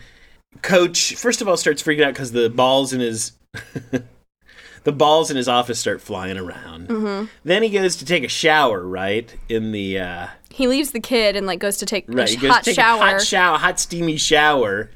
[SPEAKER 1] Coach first of all starts freaking out because the balls in his the balls in his office start flying around.
[SPEAKER 2] Mm-hmm.
[SPEAKER 1] Then he goes to take a shower, right in the uh,
[SPEAKER 2] He leaves the kid and like goes to take
[SPEAKER 1] right.
[SPEAKER 2] a
[SPEAKER 1] He
[SPEAKER 2] sh-
[SPEAKER 1] goes
[SPEAKER 2] hot
[SPEAKER 1] to take
[SPEAKER 2] shower.
[SPEAKER 1] a hot shower, hot steamy shower.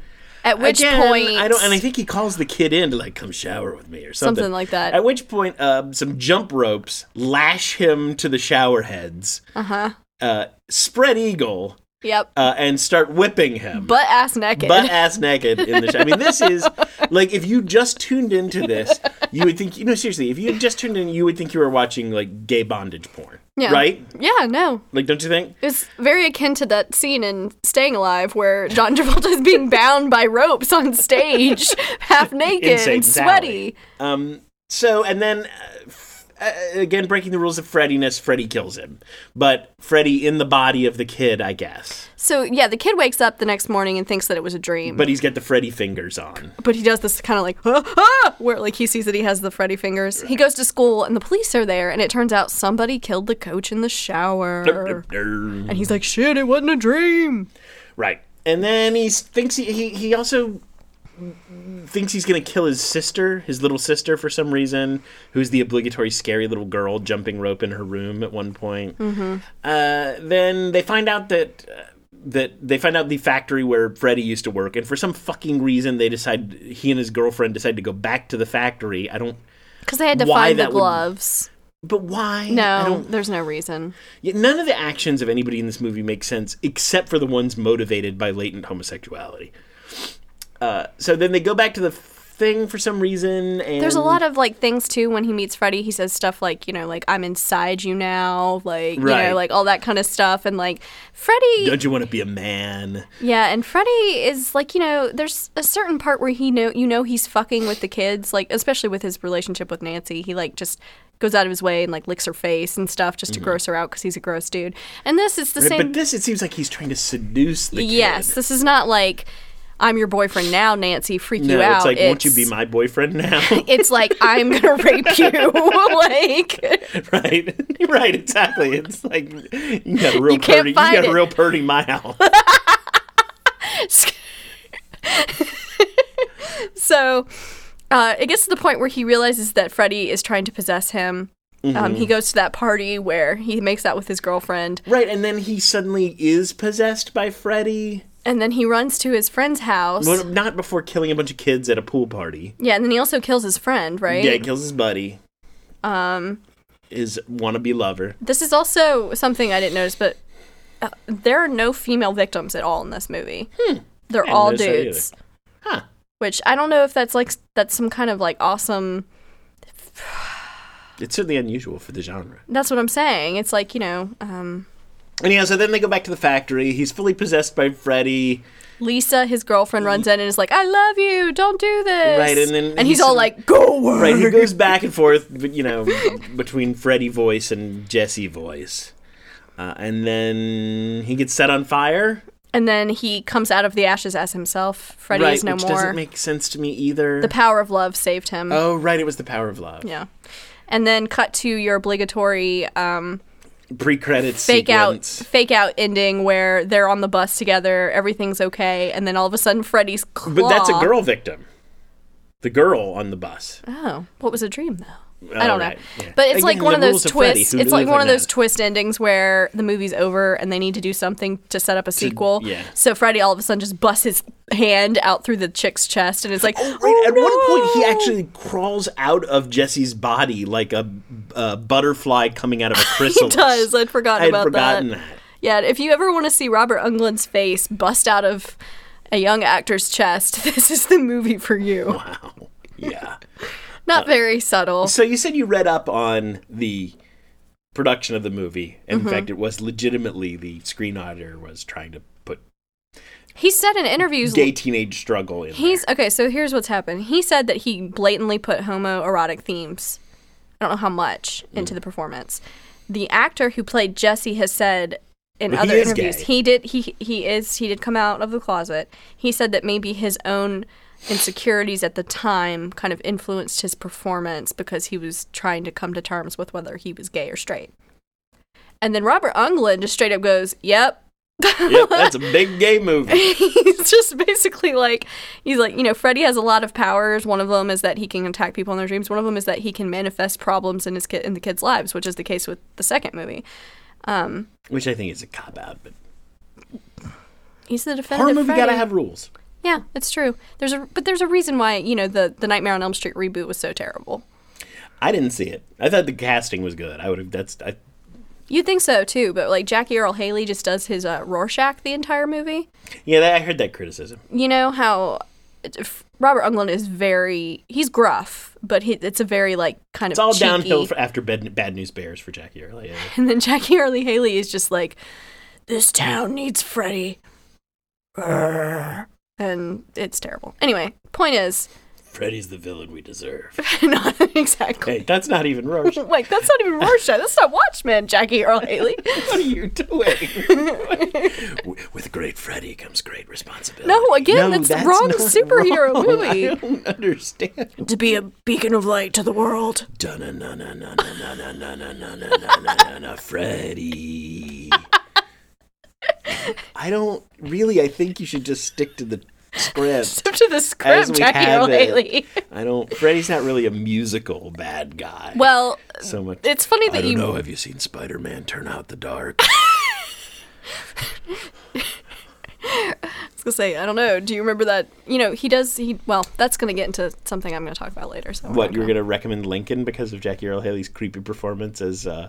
[SPEAKER 2] at which
[SPEAKER 1] Again,
[SPEAKER 2] point,
[SPEAKER 1] I don't, and I think he calls the kid in to like come shower with me or something,
[SPEAKER 2] Something like that.
[SPEAKER 1] At which point, uh, some jump ropes lash him to the shower heads.
[SPEAKER 2] Uh.
[SPEAKER 1] Uh-huh. Spread eagle
[SPEAKER 2] yep,
[SPEAKER 1] uh, and start whipping him
[SPEAKER 2] butt ass naked.
[SPEAKER 1] butt ass naked in the show. I mean, this is like if you just tuned into this, you would think. You know, seriously, if you had just tuned in, you would think you were watching like gay bondage porn,
[SPEAKER 2] yeah.
[SPEAKER 1] right?
[SPEAKER 2] Yeah, no.
[SPEAKER 1] Like, don't you think?
[SPEAKER 2] It's very akin to that scene in Staying Alive where John Travolta is being bound by ropes on stage, half naked,
[SPEAKER 1] Insane
[SPEAKER 2] and sweaty.
[SPEAKER 1] Um. So, and then. Uh, f- uh, again, breaking the rules of Freddiness, Freddy kills him. But Freddy in the body of the kid, I guess.
[SPEAKER 2] So yeah, the kid wakes up the next morning and thinks that it was a dream.
[SPEAKER 1] But he's got the Freddy fingers on.
[SPEAKER 2] but he does this kind of like ah, ah, where like he sees that he has the Freddy fingers. He goes to school and the police are there, and it turns out somebody killed the coach in the shower. and he's like, "Shit, it wasn't a dream."
[SPEAKER 1] Right. And then he s- thinks he, he, he also thinks he's going to kill his sister, his little sister, for some reason, who's the obligatory scary little girl jumping rope in her room at one point. Uh, then they find out that. Uh, that they find out the factory where Freddy used to work, and for some fucking reason, they decide he and his girlfriend decide to go back to the factory. I don't,
[SPEAKER 2] Because they had to
[SPEAKER 1] Why
[SPEAKER 2] find the
[SPEAKER 1] that would-
[SPEAKER 2] gloves.
[SPEAKER 1] but why? I
[SPEAKER 2] No,
[SPEAKER 1] don't
[SPEAKER 2] there's no reason.
[SPEAKER 1] Yet none of the actions of anybody in this movie make sense except for the ones motivated by latent homosexuality. Uh, so then they go back to the thing for some reason, and
[SPEAKER 2] There's a lot of like things too when he meets Freddy. He says stuff like, you know, like I'm inside you now, like you
[SPEAKER 1] Right.
[SPEAKER 2] know, like all that kind of stuff. And like Freddy,
[SPEAKER 1] Don't you want to be a man?
[SPEAKER 2] yeah, and Freddy is like, you know, there's a certain part where he know you know he's fucking with the kids, like especially with his relationship with Nancy. He like just goes out of his way and like licks her face and stuff just to gross her out because he's a gross dude. And this is the same.
[SPEAKER 1] Mm-hmm. But this, it seems like he's trying to seduce the kid.
[SPEAKER 2] yes, this is not like I'm your boyfriend now, Nancy. Freak
[SPEAKER 1] No,
[SPEAKER 2] you out.
[SPEAKER 1] it's like, won't you be my boyfriend now?
[SPEAKER 2] It's like I'm gonna rape you, like.
[SPEAKER 1] right, right, exactly. It's like you got a real
[SPEAKER 2] You can't
[SPEAKER 1] purdy, you
[SPEAKER 2] find
[SPEAKER 1] got a
[SPEAKER 2] it.
[SPEAKER 1] real purdy mile.
[SPEAKER 2] So uh, it gets to the point where he realizes that Freddy is trying to possess him. Um,
[SPEAKER 1] Mm-hmm.
[SPEAKER 2] he goes to that party where he makes out with his girlfriend,
[SPEAKER 1] right, and then he suddenly is possessed by Freddy.
[SPEAKER 2] and then he runs to his friend's house.
[SPEAKER 1] Well, not before killing a bunch of kids at a pool party.
[SPEAKER 2] yeah, and then he also kills his friend, right?
[SPEAKER 1] Yeah, he kills his buddy. Um, his wannabe lover.
[SPEAKER 2] This is also something I didn't notice, but uh, there are no female victims at all in this movie. They're
[SPEAKER 1] Hmm. didn't
[SPEAKER 2] all
[SPEAKER 1] notice that
[SPEAKER 2] dudes.
[SPEAKER 1] Huh.
[SPEAKER 2] Which I don't know if that's like s- that's some kind of like awesome.
[SPEAKER 1] It's certainly unusual for the genre.
[SPEAKER 2] That's what I'm saying. It's like you know, um,
[SPEAKER 1] Anyhow, so then they go back to the factory. He's fully possessed by Freddy.
[SPEAKER 2] Lisa, his girlfriend, runs in and is like, "I love you. Don't do this."
[SPEAKER 1] Right, and then
[SPEAKER 2] and he's
[SPEAKER 1] he's-
[SPEAKER 2] all like, "Go away."
[SPEAKER 1] Right, he goes back and forth, but, you know, between Freddy voice and Jesse voice. Uh, and then he gets set on fire.
[SPEAKER 2] And then he comes out of the ashes as himself. Freddy
[SPEAKER 1] right,
[SPEAKER 2] is no
[SPEAKER 1] which
[SPEAKER 2] more.
[SPEAKER 1] doesn't make sense Oh. to me either.
[SPEAKER 2] the power of love saved him.
[SPEAKER 1] oh, right, it was the power of love.
[SPEAKER 2] Yeah. And then cut to your obligatory um,
[SPEAKER 1] pre-credits
[SPEAKER 2] fake
[SPEAKER 1] sequence.
[SPEAKER 2] out fake out ending where they're on the bus together, everything's okay, and then all of a sudden Freddy's claw.
[SPEAKER 1] But that's a girl victim. The girl on the bus.
[SPEAKER 2] Oh, what was a dream though? I don't
[SPEAKER 1] Oh, right,
[SPEAKER 2] know.
[SPEAKER 1] yeah.
[SPEAKER 2] But it's
[SPEAKER 1] Again,
[SPEAKER 2] like one
[SPEAKER 1] the
[SPEAKER 2] of those
[SPEAKER 1] rules of Freddy,
[SPEAKER 2] twists.
[SPEAKER 1] who
[SPEAKER 2] it's like
[SPEAKER 1] lives
[SPEAKER 2] one
[SPEAKER 1] like
[SPEAKER 2] of those
[SPEAKER 1] that.
[SPEAKER 2] twist endings where the movie's over and they need to do something to set up a sequel.
[SPEAKER 1] yeah.
[SPEAKER 2] So Freddy all of a sudden just busts his hand out through the chick's chest and it's like,
[SPEAKER 1] Right, Oh, at one point, he
[SPEAKER 2] Oh, no!"
[SPEAKER 1] actually crawls out of Jesse's body like a, a butterfly coming out of a chrysalis.
[SPEAKER 2] does. I'd forgotten
[SPEAKER 1] I had
[SPEAKER 2] about
[SPEAKER 1] forgotten
[SPEAKER 2] that.
[SPEAKER 1] that.
[SPEAKER 2] Yeah, if you ever want to see Robert Englund's face bust out of a young actor's chest, this is the movie for you.
[SPEAKER 1] Wow. Yeah. uh,
[SPEAKER 2] Not very subtle.
[SPEAKER 1] so you said you read up on the production of the movie. and
[SPEAKER 2] Mm-hmm.
[SPEAKER 1] In fact, it was legitimately the screen auditor was trying to put
[SPEAKER 2] He said in interviews
[SPEAKER 1] gay teenage struggle in.
[SPEAKER 2] He's okay. So here's what's happened. He said that he blatantly put homoerotic themes. I don't know how much
[SPEAKER 1] Hmm.
[SPEAKER 2] into the performance. The actor who played Jesse has said in
[SPEAKER 1] But he
[SPEAKER 2] other
[SPEAKER 1] is
[SPEAKER 2] interviews
[SPEAKER 1] gay.
[SPEAKER 2] he did he he is he did come out of the closet. He said that maybe his own insecurities at the time kind of influenced his performance because he was trying to come to terms with whether he was gay or straight. And then Robert Englund just straight up goes, "Yep,
[SPEAKER 1] there. yep, that's a big gay movie.
[SPEAKER 2] he's just basically like he's like you know freddy has a lot of powers one of them is that he can attack people in their dreams one of them is that he can manifest problems in his kid in the kids lives which is the case with the second movie Um,
[SPEAKER 1] Which I think is a cop out, but
[SPEAKER 2] he's the
[SPEAKER 1] horror
[SPEAKER 2] definitive
[SPEAKER 1] movie
[SPEAKER 2] freddy.
[SPEAKER 1] gotta have rules.
[SPEAKER 2] yeah it's true there's a but there's a reason why you know the the nightmare on elm street reboot was so terrible
[SPEAKER 1] I didn't see it. I thought the casting was good. I would have. That's. I,
[SPEAKER 2] you'd think so too but like jackie earl haley just does his uh, rorschach the entire movie
[SPEAKER 1] yeah, that, I heard that criticism.
[SPEAKER 2] you know how if Robert Englund is very he's gruff, but he, it's a very like kind of
[SPEAKER 1] It's all
[SPEAKER 2] cheeky,
[SPEAKER 1] downhill for, after bad, bad News Bears for Jackie Earle. Yeah.
[SPEAKER 2] And then Jackie Early Haley is just like, this town needs Freddy. And it's terrible. Anyway, point is,
[SPEAKER 1] Freddy's the villain we deserve.
[SPEAKER 2] not exactly.
[SPEAKER 1] hey, that's not even Rorschach.
[SPEAKER 2] Like, that's not even Rorschach. That's not Watchmen, Jackie Earl Haley.
[SPEAKER 1] What are you doing? W- With great Freddy comes great responsibility.
[SPEAKER 2] No, again, that's the wrong
[SPEAKER 1] not
[SPEAKER 2] superhero movie.
[SPEAKER 1] I don't understand.
[SPEAKER 2] to be a beacon of light to the world.
[SPEAKER 1] Dunna na na na na na na na na na na na na na Freddy. I don't really. I think you should just stick to the script.
[SPEAKER 2] Up to the
[SPEAKER 1] As
[SPEAKER 2] script,
[SPEAKER 1] we
[SPEAKER 2] Jackie
[SPEAKER 1] have
[SPEAKER 2] Earl
[SPEAKER 1] it.
[SPEAKER 2] Haley.
[SPEAKER 1] I don't. Freddy's not really a musical bad guy.
[SPEAKER 2] Well,
[SPEAKER 1] so much.
[SPEAKER 2] it's funny
[SPEAKER 1] I
[SPEAKER 2] that
[SPEAKER 1] don't
[SPEAKER 2] you.
[SPEAKER 1] know. Have you seen Spider-Man Turn Out the Dark?
[SPEAKER 2] I was gonna say, I don't know. Do you remember that? You know, he does. He well, that's gonna get into something I'm gonna talk about later. So we're
[SPEAKER 1] What
[SPEAKER 2] not
[SPEAKER 1] you were
[SPEAKER 2] gonna-
[SPEAKER 1] gonna recommend Lincoln because of Jackie Earl Haley's creepy performance as uh,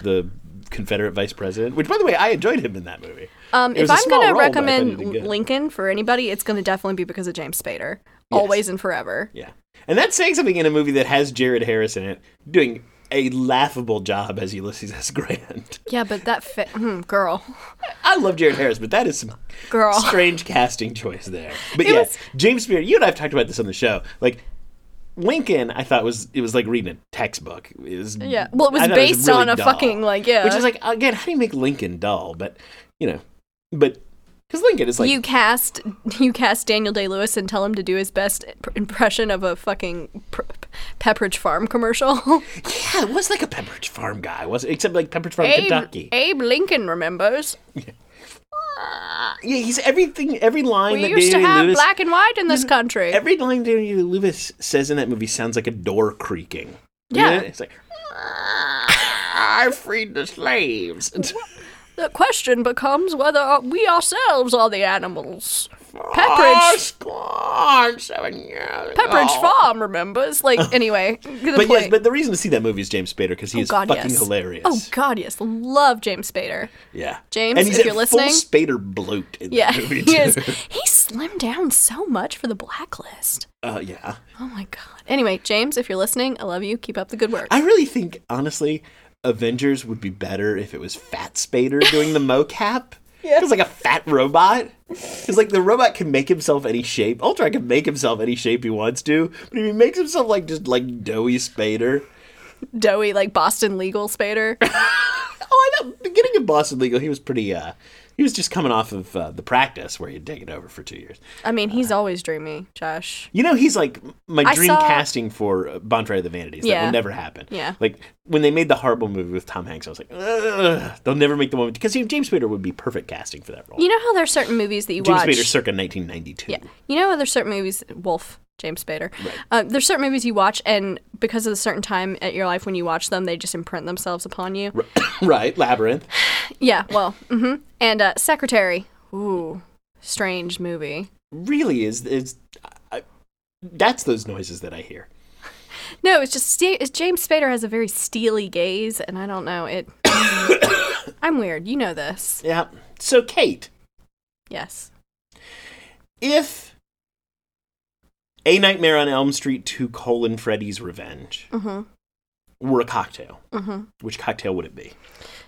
[SPEAKER 1] the Confederate Vice President? Which, by the way, I enjoyed him in that movie.
[SPEAKER 2] Um,
[SPEAKER 1] It was
[SPEAKER 2] if
[SPEAKER 1] a
[SPEAKER 2] I'm
[SPEAKER 1] small
[SPEAKER 2] gonna
[SPEAKER 1] role, but I thought he
[SPEAKER 2] recommend
[SPEAKER 1] did good.
[SPEAKER 2] Lincoln for anybody, it's gonna definitely be because of James
[SPEAKER 1] Yes.
[SPEAKER 2] Spader. Always and forever.
[SPEAKER 1] yeah, and that's saying something in a movie that has Jared Harris in it, doing a laughable job as Ulysses S. Grant.
[SPEAKER 2] Yeah, but that fit, hmm, girl,
[SPEAKER 1] I love Jared Harris, but that is some
[SPEAKER 2] girl.
[SPEAKER 1] strange casting choice there. But
[SPEAKER 2] It
[SPEAKER 1] yeah,
[SPEAKER 2] was-
[SPEAKER 1] James Spear, you and I have talked about this on the show. Like Lincoln, I thought was it was like reading a textbook. It was,
[SPEAKER 2] Yeah, well, it was
[SPEAKER 1] I thought
[SPEAKER 2] based
[SPEAKER 1] really
[SPEAKER 2] on a
[SPEAKER 1] dull.
[SPEAKER 2] fucking like yeah.
[SPEAKER 1] which is like again, how do you make Lincoln dull? But you know, but because Lincoln is like
[SPEAKER 2] you cast you cast Daniel Day Lewis and tell him to do his best pr- impression of a fucking pr- Pepperidge Farm commercial.
[SPEAKER 1] yeah, it was like a Pepperidge Farm guy, was it? Except like Pepperidge Farm, Kentucky.
[SPEAKER 2] Abe Lincoln remembers.
[SPEAKER 1] Yeah, he's everything. Every line
[SPEAKER 2] We
[SPEAKER 1] that
[SPEAKER 2] used to
[SPEAKER 1] Daniel
[SPEAKER 2] have
[SPEAKER 1] Lewis, Mm-hmm.
[SPEAKER 2] black and white in this country.
[SPEAKER 1] every line Daniel Lewis says in that movie sounds like a door creaking. You
[SPEAKER 2] Yeah.
[SPEAKER 1] know? it's like "Ah, I freed the slaves. It's-
[SPEAKER 2] The question becomes whether we ourselves are the animals.
[SPEAKER 1] Oh,
[SPEAKER 2] Pepperidge,
[SPEAKER 1] scorn, seven years
[SPEAKER 2] Pepperidge
[SPEAKER 1] ago.
[SPEAKER 2] Farm remembers. Like, anyway, good
[SPEAKER 1] Oh. But
[SPEAKER 2] point.
[SPEAKER 1] yes, but the reason to see that movie is James Spader because he is
[SPEAKER 2] Oh, God,
[SPEAKER 1] fucking
[SPEAKER 2] yes.
[SPEAKER 1] hilarious.
[SPEAKER 2] Oh God, yes, love James Spader.
[SPEAKER 1] Yeah,
[SPEAKER 2] James,
[SPEAKER 1] and he's
[SPEAKER 2] if
[SPEAKER 1] at
[SPEAKER 2] you're listening-
[SPEAKER 1] full Spader bloat in
[SPEAKER 2] Yeah,
[SPEAKER 1] that movie
[SPEAKER 2] he
[SPEAKER 1] too.
[SPEAKER 2] is. He slimmed down so much for the blacklist.
[SPEAKER 1] Uh, yeah,
[SPEAKER 2] Oh my God. Anyway, James, if you're listening, I love you. Keep up the good work.
[SPEAKER 1] I really think honestly, Avengers would be better if it was Fat Spader doing the mocap. Yeah, it's like a fat robot. It's like the robot can make himself any shape. Ultron can make himself any shape he wants to, but if he makes himself like just like doughy Spader.
[SPEAKER 2] Doughy, like Boston legal Spader.
[SPEAKER 1] Oh, I the beginning of Boston Legal, he was pretty. Uh, he was just coming off of uh, the practice where he'd taken over for two years.
[SPEAKER 2] I mean, he's always dreamy, Josh.
[SPEAKER 1] You know, he's like my
[SPEAKER 2] I
[SPEAKER 1] dream
[SPEAKER 2] saw-
[SPEAKER 1] casting for uh, Bonfire of the Vanities. That
[SPEAKER 2] Yeah.
[SPEAKER 1] will never happen.
[SPEAKER 2] Yeah.
[SPEAKER 1] Like when they made the horrible movie with Tom Hanks, I was like, Ugh, they'll never make the one because you know, James Spader would be perfect casting for that role.
[SPEAKER 2] You know how there's certain movies that you
[SPEAKER 1] James
[SPEAKER 2] watch.
[SPEAKER 1] Spader, circa 1992.
[SPEAKER 2] Yeah. You know, there's certain movies, Wolf, James Spader. Uh, there's certain movies you watch, and because of the certain time at your life when you watch them, they just imprint themselves upon you.
[SPEAKER 1] right, Labyrinth.
[SPEAKER 2] Yeah, well, hmm And uh, Secretary. Ooh, strange movie.
[SPEAKER 1] Really is is I, that's those noises that I hear.
[SPEAKER 2] No, it's just sta- it's James Spader has a very steely gaze, and I don't know it. I'm weird. You know this.
[SPEAKER 1] Yeah. So Kate,
[SPEAKER 2] Yes.
[SPEAKER 1] if A Nightmare on Elm Street 2: Colon Freddy's Revenge
[SPEAKER 2] Mm-hmm.
[SPEAKER 1] were a cocktail,
[SPEAKER 2] Mm-hmm.
[SPEAKER 1] which cocktail would it be?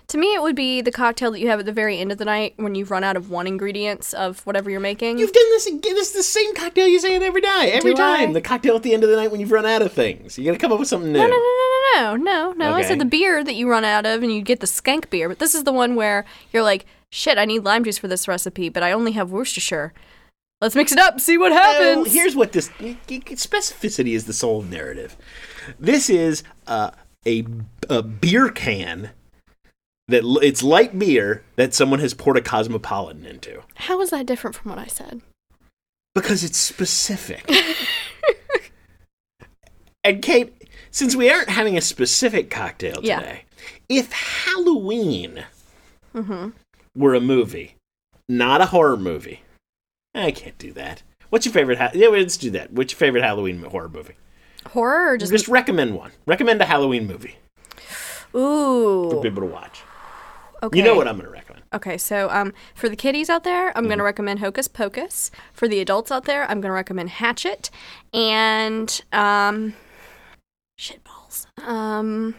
[SPEAKER 2] To me, it would be the cocktail that you have at the very end of the night when you've run out of one ingredients of whatever you're making.
[SPEAKER 1] You've done this again. This is the same cocktail you say it every day, every
[SPEAKER 2] Do
[SPEAKER 1] time.
[SPEAKER 2] I?
[SPEAKER 1] The cocktail at the end of the night when you've run out of things. You got to come up with something new.
[SPEAKER 2] No, no, no, no, no, no, no. I
[SPEAKER 1] Okay.
[SPEAKER 2] said the beer that you run out of and you get the skank beer, but this is the one where you're like, shit, I need lime juice for this recipe, but I only have Worcestershire. Let's mix it up, see what
[SPEAKER 1] Oh,
[SPEAKER 2] happens.
[SPEAKER 1] here's what this specificity is the soul of narrative. This is uh, a a beer can that l- it's light beer that someone has poured a cosmopolitan into
[SPEAKER 2] How is that different from what I said?
[SPEAKER 1] because it's specific. and Kate, since we aren't having a specific cocktail
[SPEAKER 2] Yeah.
[SPEAKER 1] today, if Halloween
[SPEAKER 2] Mm-hmm.
[SPEAKER 1] were a movie, not a horror movie, I can't do that. What's your favorite? Ha- yeah, let's do that. What's your favorite Halloween horror movie?
[SPEAKER 2] Horror or just,
[SPEAKER 1] Just, recommend one. Recommend a Halloween movie for
[SPEAKER 2] ooh.
[SPEAKER 1] people to watch.
[SPEAKER 2] Okay.
[SPEAKER 1] You know what Mm-hmm. I'm going to recommend.
[SPEAKER 2] Okay, so um, for the kiddies out there, I'm going to recommend Hocus Pocus. For the adults out there, I'm going to recommend Hatchet and um, shitballs. Um,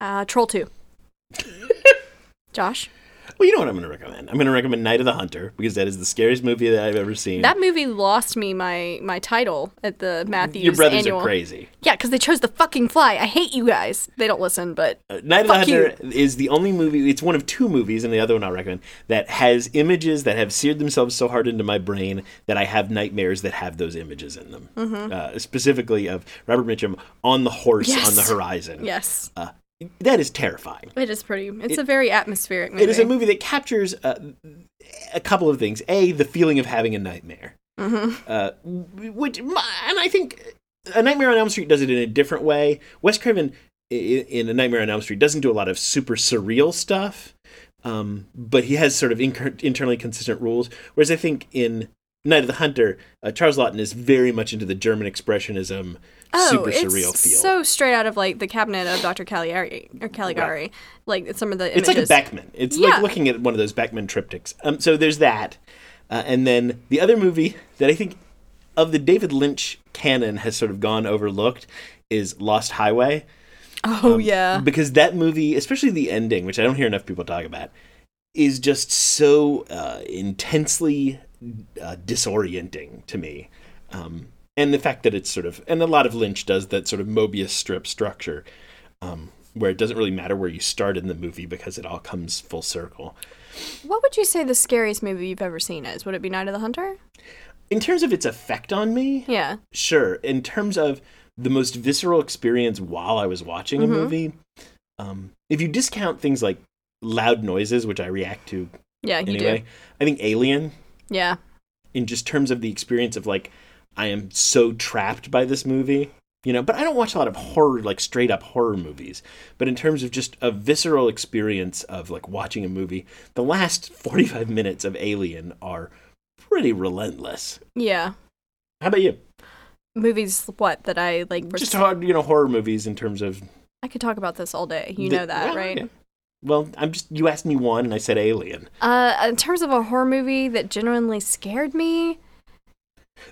[SPEAKER 2] uh, Troll Two. Josh,
[SPEAKER 1] Well, you know what I'm going to recommend. I'm going to recommend Night of the Hunter because that is the scariest movie that I've ever seen.
[SPEAKER 2] that movie lost me my my title at the Matthews.
[SPEAKER 1] Your brothers
[SPEAKER 2] annual.
[SPEAKER 1] are crazy.
[SPEAKER 2] Yeah, because they chose the fucking fly. I hate you guys. They don't listen, but
[SPEAKER 1] Uh, Night of
[SPEAKER 2] Fuck
[SPEAKER 1] the Hunter is the only movie. It's one of two movies, and the other one I'll recommend that has images that have seared themselves so hard into my brain that I have nightmares that have those images in them.
[SPEAKER 2] Mm-hmm.
[SPEAKER 1] Uh, specifically of Robert Mitchum on the horse
[SPEAKER 2] Yes.
[SPEAKER 1] on the horizon.
[SPEAKER 2] yes,
[SPEAKER 1] Uh, that is terrifying.
[SPEAKER 2] it is pretty. It's a very atmospheric movie.
[SPEAKER 1] It is a movie that captures uh, a couple of things. A, the feeling of having a nightmare,
[SPEAKER 2] Mm-hmm.
[SPEAKER 1] uh, which, and I think A Nightmare on Elm Street does it in a different way. Wes Craven i- in A Nightmare on Elm Street doesn't do a lot of super surreal stuff, um, but he has sort of inc- internally consistent rules. Whereas I think in Night of the Hunter, uh, Charles Lawton is very much into the German expressionism,
[SPEAKER 2] oh,
[SPEAKER 1] super
[SPEAKER 2] it's
[SPEAKER 1] surreal feel.
[SPEAKER 2] So straight out of like the cabinet of Dr. Caligari or Caligari, like it's some of the
[SPEAKER 1] It's
[SPEAKER 2] images.
[SPEAKER 1] like a Beckman. It's
[SPEAKER 2] Yeah.
[SPEAKER 1] like looking at one of those Beckman triptychs. Um, so there's that, uh, and then the other movie that I think of the David Lynch canon has sort of gone overlooked is Lost Highway
[SPEAKER 2] oh
[SPEAKER 1] um,
[SPEAKER 2] yeah,
[SPEAKER 1] because that movie, especially the ending, which I don't hear enough people talk about, is just so uh, intensely uh, disorienting to me. Um, and the fact that it's sort of, and a lot of Lynch does that sort of Mobius strip structure, um, where it doesn't really matter where you start in the movie because it all comes full circle.
[SPEAKER 2] what would you say the scariest movie you've ever seen is? Would it be Night of the Hunter?
[SPEAKER 1] In terms of its effect on me,
[SPEAKER 2] Yeah.
[SPEAKER 1] sure. In terms of the most visceral experience while I was watching a
[SPEAKER 2] Mhm.
[SPEAKER 1] movie, um, if you discount things like loud noises, which I react to
[SPEAKER 2] Yeah, you
[SPEAKER 1] anyway. I think Alien,
[SPEAKER 2] do. Yeah.
[SPEAKER 1] in just terms of the experience of like, I am so trapped by this movie, you know. But I don't watch a lot of horror, like straight up horror movies. But in terms of just a visceral experience of like watching a movie, the last forty five minutes of Alien are pretty relentless.
[SPEAKER 2] Yeah.
[SPEAKER 1] How about you?
[SPEAKER 2] Movies what that I like were-
[SPEAKER 1] Just hard, you know, horror movies in terms of
[SPEAKER 2] I could talk about this all day. You
[SPEAKER 1] the-
[SPEAKER 2] know that,
[SPEAKER 1] Well,
[SPEAKER 2] right?
[SPEAKER 1] okay. Well, I'm just you asked me one, and I said Alien.
[SPEAKER 2] Uh in terms of a horror movie that genuinely scared me.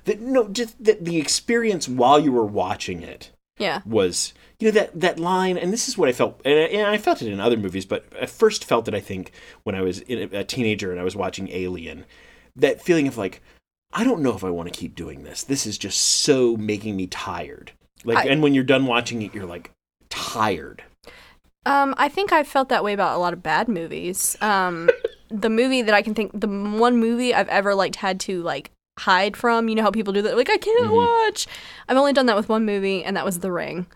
[SPEAKER 1] That no, just that the experience while you were watching it
[SPEAKER 2] Yeah.
[SPEAKER 1] was you know that that line and this is what i felt and I, and I felt it in other movies but i first felt it i think when i was in a teenager and i was watching alien that feeling of like i don't know if i want to keep doing this this is just so making me tired like
[SPEAKER 2] I-
[SPEAKER 1] and when you're done watching it you're like tired
[SPEAKER 2] Um, I think I felt that way about a lot of bad movies. Um, the movie that I can think, the m- one movie I've ever liked had to like hide from. You know how people do that? Like I
[SPEAKER 1] Mm-hmm.
[SPEAKER 2] can't watch. I've only done that with one movie, and that was The Ring.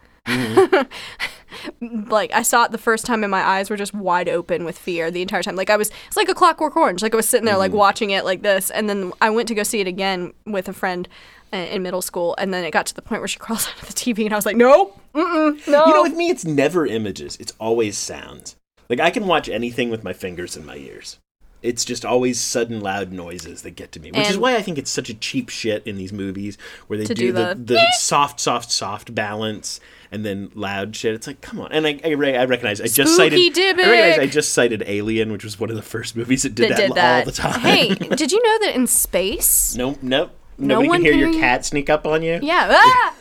[SPEAKER 1] Mm-hmm.
[SPEAKER 2] like I saw it the first time, and my eyes were just wide open with fear the entire time. Like I was, it's like a Clockwork Orange. Like I was sitting there,
[SPEAKER 1] Mm-hmm.
[SPEAKER 2] like watching it like this, and then I went to go see it again with a friend uh, in middle school, and then it got to the point where she crawls out of the TV, and I was like, nope, mm-mm, no.
[SPEAKER 1] You know, with me, it's never images. It's always sounds. Like I can watch anything with my fingers in my ears. It's just always sudden loud noises that get to me, which is
[SPEAKER 2] And-
[SPEAKER 1] why I think it's such a cheap shit in these movies where they do,
[SPEAKER 2] To do
[SPEAKER 1] the,
[SPEAKER 2] the-
[SPEAKER 1] the, soft, soft, soft balance and then loud shit. It's like, come on. And I, I, re- I recognize I just cited
[SPEAKER 2] Spooky
[SPEAKER 1] I recognize
[SPEAKER 2] Dybbuk!
[SPEAKER 1] I just cited Alien, which was one of the first movies that did
[SPEAKER 2] that
[SPEAKER 1] that
[SPEAKER 2] did
[SPEAKER 1] all
[SPEAKER 2] that.
[SPEAKER 1] the time.
[SPEAKER 2] Hey, did you know that in space?
[SPEAKER 1] nope, nope. Nobody
[SPEAKER 2] one
[SPEAKER 1] can hear
[SPEAKER 2] can
[SPEAKER 1] your
[SPEAKER 2] hear you.
[SPEAKER 1] cat sneak up on you.
[SPEAKER 2] Yeah. Ah!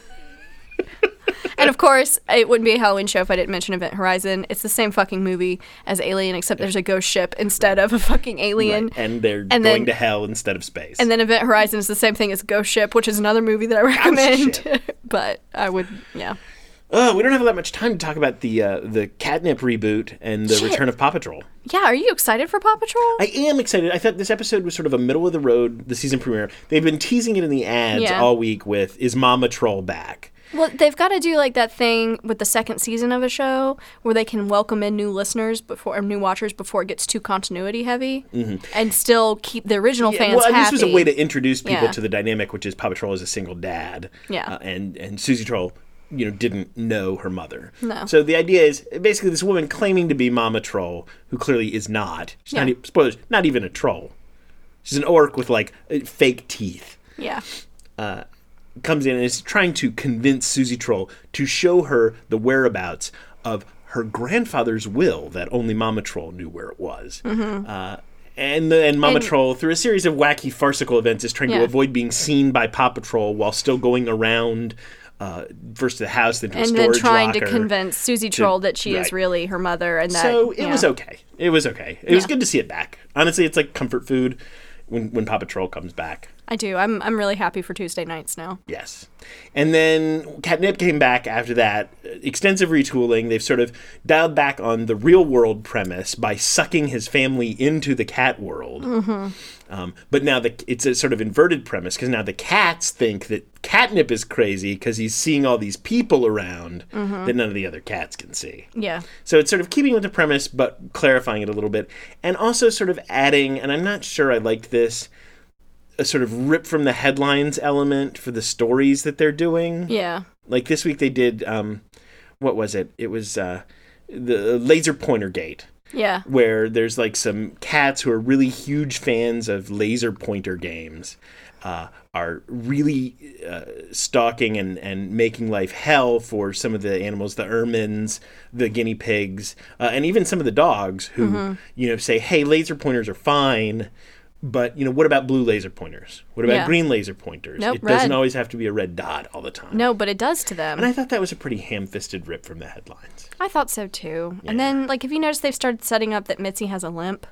[SPEAKER 2] and of course, it wouldn't be a Halloween show if I didn't mention Event Horizon. It's the same fucking movie as Alien, except there's a ghost ship instead of a fucking alien.
[SPEAKER 1] Right. And they're
[SPEAKER 2] And
[SPEAKER 1] going
[SPEAKER 2] then-
[SPEAKER 1] to hell instead of space.
[SPEAKER 2] And then Event Horizon is the same thing as Ghost Ship, which is another movie that I recommend. but I would, yeah.
[SPEAKER 1] Oh, we don't have that much time to talk about the uh, the catnip reboot and the return of Paw Patrol.
[SPEAKER 2] Yeah, are you excited for Paw Patrol?
[SPEAKER 1] I am excited. I thought this episode was sort of a middle of the road, the season premiere. They've been teasing it in the ads
[SPEAKER 2] Yeah.
[SPEAKER 1] all week with "Is Mama Troll back?"
[SPEAKER 2] Well, they've got to do like that thing with the second season of a show where they can welcome in new listeners before or new watchers before it gets too continuity heavy, and still keep the original fans
[SPEAKER 1] Mm-hmm. well, and
[SPEAKER 2] happy.
[SPEAKER 1] this was a way to introduce people
[SPEAKER 2] Yeah.
[SPEAKER 1] to the dynamic, which is Paw Patrol is a single dad.
[SPEAKER 2] Yeah.
[SPEAKER 1] uh, and and Susie Troll, you know, didn't know her mother.
[SPEAKER 2] No.
[SPEAKER 1] So the idea is basically this woman claiming to be Mama Troll, who clearly is not. She's not
[SPEAKER 2] Yeah.
[SPEAKER 1] e- spoilers. Not even a troll. She's an orc with like uh, fake teeth.
[SPEAKER 2] yeah,
[SPEAKER 1] comes in and is trying to convince Susie Troll to show her the whereabouts of her grandfather's will that only Mama Troll knew where it was. Uh, and then Mama
[SPEAKER 2] Mm-hmm. And-
[SPEAKER 1] Troll, through a series of wacky farcical events, is trying to
[SPEAKER 2] Yeah.
[SPEAKER 1] avoid being seen by Paw Patrol while still going around uh, first to the house, then to a
[SPEAKER 2] and then
[SPEAKER 1] storage
[SPEAKER 2] trying
[SPEAKER 1] locker.
[SPEAKER 2] to convince Susie Troll that she
[SPEAKER 1] right.
[SPEAKER 2] is really her mother, and that
[SPEAKER 1] So it
[SPEAKER 2] yeah.
[SPEAKER 1] was okay. It was okay. It was
[SPEAKER 2] Yeah.
[SPEAKER 1] good to see it back. Honestly, it's like comfort food when when Paw Patrol comes back.
[SPEAKER 2] I do. I'm I'm really happy for Tuesday nights now.
[SPEAKER 1] Yes. And then Catnip came back after that. uh, Extensive retooling. They've sort of dialed back on the real world premise by sucking his family into the cat world. Um, but now the, it's a sort of inverted premise because now the cats think that Catnip is crazy because he's seeing all these people around that none of the other cats can see.
[SPEAKER 2] Yeah,
[SPEAKER 1] So it's sort of keeping with the premise, but clarifying it a little bit. And also sort of adding, and I'm not sure I liked this, a sort of rip from the headlines element for the stories that they're doing.
[SPEAKER 2] yeah,
[SPEAKER 1] Like this week they did, um, what was it? It was uh, the Laser Pointer Gate,
[SPEAKER 2] yeah.
[SPEAKER 1] where there's like some cats who are really huge fans of laser pointer games. Uh, are really uh, stalking and, and making life hell for some of the animals, the ermines, the guinea pigs, uh, and even some of the dogs who,
[SPEAKER 2] Mm-hmm.
[SPEAKER 1] you know, say, hey, laser pointers are fine, but, you know, what about blue laser pointers? What about
[SPEAKER 2] Yeah.
[SPEAKER 1] green laser pointers?
[SPEAKER 2] Nope,
[SPEAKER 1] it doesn't
[SPEAKER 2] red.
[SPEAKER 1] always have to be a red dot all the time.
[SPEAKER 2] No, but it does to them.
[SPEAKER 1] And I thought that was a pretty ham fisted rip from the headlines.
[SPEAKER 2] I thought so too. And then, like, have you noticed they've started setting up that Mitzi has a limp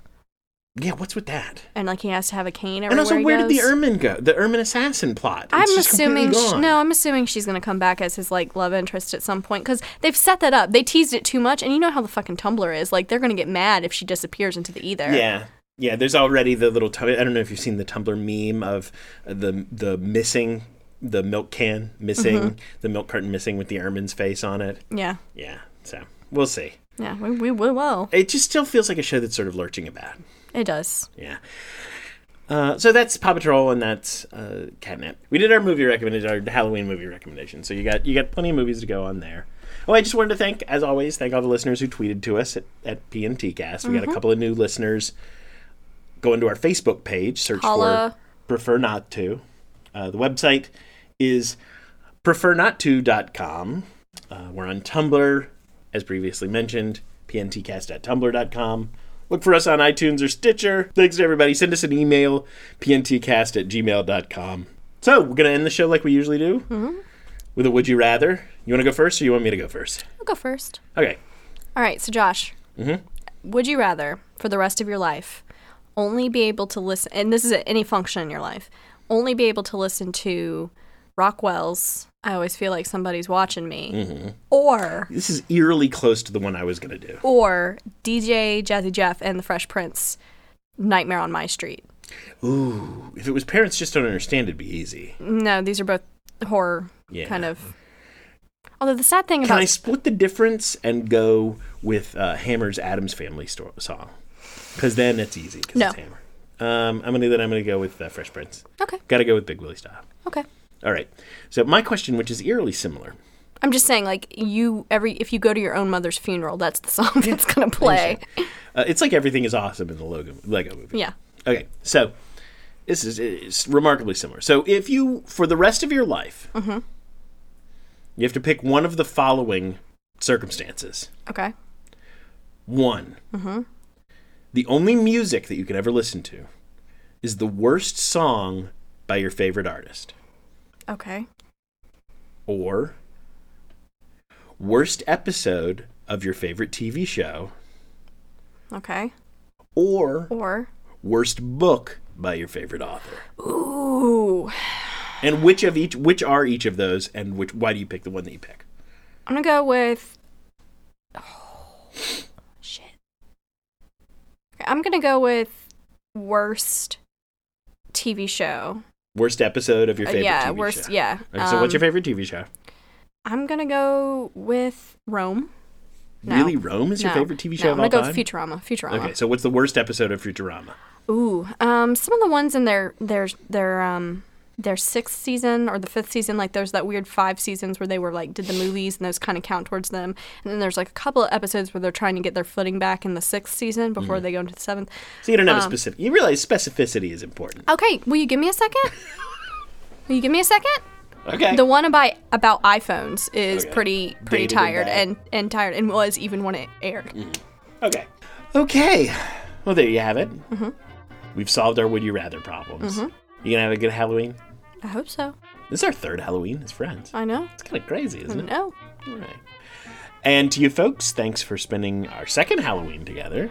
[SPEAKER 1] Yeah, what's with that?
[SPEAKER 2] and like he has to have a cane everywhere
[SPEAKER 1] And also,
[SPEAKER 2] he
[SPEAKER 1] where did the
[SPEAKER 2] goes?
[SPEAKER 1] ermine go? The ermine assassin plot. It's
[SPEAKER 2] I'm
[SPEAKER 1] just completely
[SPEAKER 2] assuming sh
[SPEAKER 1] gone.
[SPEAKER 2] no, I'm assuming she's gonna come back as his like love interest at some point because they've set that up. They teased it too much, and you know how the fucking Tumblr is. Like they're gonna get mad if she disappears into the ether.
[SPEAKER 1] Yeah. Yeah, there's already the little. Tum- I don't know if you've seen the Tumblr meme of uh, the the missing the milk can missing
[SPEAKER 2] Mm-hmm.
[SPEAKER 1] the milk carton missing with the ermine's face on it.
[SPEAKER 2] yeah,
[SPEAKER 1] Yeah, so we'll see.
[SPEAKER 2] yeah. We we will. will.
[SPEAKER 1] It just still feels like a show that's sort of lurching about.
[SPEAKER 2] It does.
[SPEAKER 1] Yeah. Uh, so that's Paw Patrol and that's uh, Catnip. We did our movie recommendation, our Halloween movie recommendation. So you got you got plenty of movies to go on there. Oh, I just wanted to thank, as always, thank all the listeners who tweeted to us at, at PNTcast. We got a couple of new listeners. Go into our Facebook page, search
[SPEAKER 2] Holla.
[SPEAKER 1] for Prefer Not To. Uh, the website is prefernotto.com. Uh, we're on Tumblr, as previously mentioned, pntcast.tumblr.com. Look for us on iTunes or Stitcher. Thanks to everybody. Send us an email, pntcast at gmail.com. So, we're going to end the show like we usually do with a Would You Rather. You want to go first or you want me to go first?
[SPEAKER 2] I'll go first.
[SPEAKER 1] Okay.
[SPEAKER 2] All right, so Josh,
[SPEAKER 1] Mm-hmm.
[SPEAKER 2] would you rather, for the rest of your life, only be able to listen, and this is at any function in your life, only be able to listen to Rockwell's, I always feel like somebody's watching me.
[SPEAKER 1] Mm-hmm.
[SPEAKER 2] Or
[SPEAKER 1] This is eerily close to the one I was going to do.
[SPEAKER 2] or DJ Jazzy Jeff and the Fresh Prince Nightmare on My Street.
[SPEAKER 1] Ooh, if it was parents just don't understand, it'd be easy.
[SPEAKER 2] No, these are both horror
[SPEAKER 1] Yeah.
[SPEAKER 2] kind of. Although the sad thing
[SPEAKER 1] Can
[SPEAKER 2] about
[SPEAKER 1] I split the difference and go with uh, Hammer's Adam's Family sto- song? Because then it's easy. 'cause
[SPEAKER 2] No.
[SPEAKER 1] it's Hammer. Um, I'm gonna then I'm gonna go with uh, Fresh Prince.
[SPEAKER 2] okay,
[SPEAKER 1] Got to go with Big Willie style.
[SPEAKER 2] okay,
[SPEAKER 1] All right. So my question, which is eerily similar,
[SPEAKER 2] I'm just saying like you every if you go to your own mother's funeral, that's the song that's gonna play.
[SPEAKER 1] uh, it's like everything is awesome in the logo Lego movie.
[SPEAKER 2] Yeah,
[SPEAKER 1] Okay, so this is it's remarkably similar. So if you, for the rest of your life,
[SPEAKER 2] Mm-hmm.
[SPEAKER 1] you have to pick one of the following circumstances.
[SPEAKER 2] okay, Mm-hmm.
[SPEAKER 1] One, the only music that you can ever listen to is the worst song by your favorite artist,
[SPEAKER 2] okay,
[SPEAKER 1] or worst episode of your favorite TV show,
[SPEAKER 2] okay.
[SPEAKER 1] or
[SPEAKER 2] Or
[SPEAKER 1] worst book by your favorite author.
[SPEAKER 2] ooh,
[SPEAKER 1] And which of each, which are each of those, and which? Why do you pick the one that you pick?
[SPEAKER 2] I'm gonna go with. Oh, shit. I'm gonna go with worst TV show.
[SPEAKER 1] Worst episode of your
[SPEAKER 2] Uh,
[SPEAKER 1] favorite
[SPEAKER 2] yeah,
[SPEAKER 1] TV
[SPEAKER 2] worst.
[SPEAKER 1] show.
[SPEAKER 2] Yeah.
[SPEAKER 1] All right, so what's your
[SPEAKER 2] Um,
[SPEAKER 1] favorite TV show?
[SPEAKER 2] I'm gonna go with Rome. no.
[SPEAKER 1] Really, Rome is your
[SPEAKER 2] No,
[SPEAKER 1] favorite TV
[SPEAKER 2] no,
[SPEAKER 1] show of
[SPEAKER 2] I'm
[SPEAKER 1] all
[SPEAKER 2] gonna
[SPEAKER 1] time.
[SPEAKER 2] go with Futurama. Futurama.
[SPEAKER 1] okay, so what's the worst episode of Futurama?
[SPEAKER 2] Ooh, um, some of the ones in their their their um their sixth season or the fifth season, like there's that weird five seasons where they were like did the movies and those kind of count towards them, and then there's like a couple of episodes where they're trying to get their footing back in the sixth season before
[SPEAKER 1] Mm.
[SPEAKER 2] they go into the seventh.
[SPEAKER 1] So you don't
[SPEAKER 2] Um,
[SPEAKER 1] have a specific. You realize specificity is important.
[SPEAKER 2] Okay, will you give me a second? will you give me a second?
[SPEAKER 1] Okay.
[SPEAKER 2] The one about about iPhones is
[SPEAKER 1] Okay.
[SPEAKER 2] pretty pretty
[SPEAKER 1] Dated and Mm.
[SPEAKER 2] tired
[SPEAKER 1] bad.
[SPEAKER 2] and, and tired and was even when it aired.
[SPEAKER 1] okay. Okay. Well, there you have it. Mm-hmm. We've solved our would you rather problems.
[SPEAKER 2] Mm-hmm.
[SPEAKER 1] You gonna have a good Halloween?
[SPEAKER 2] I hope so.
[SPEAKER 1] This is our third Halloween as friends.
[SPEAKER 2] I know.
[SPEAKER 1] It's kind of crazy,
[SPEAKER 2] I
[SPEAKER 1] isn't it?
[SPEAKER 2] know.
[SPEAKER 1] All right. And to you folks, thanks for spending our second Halloween together.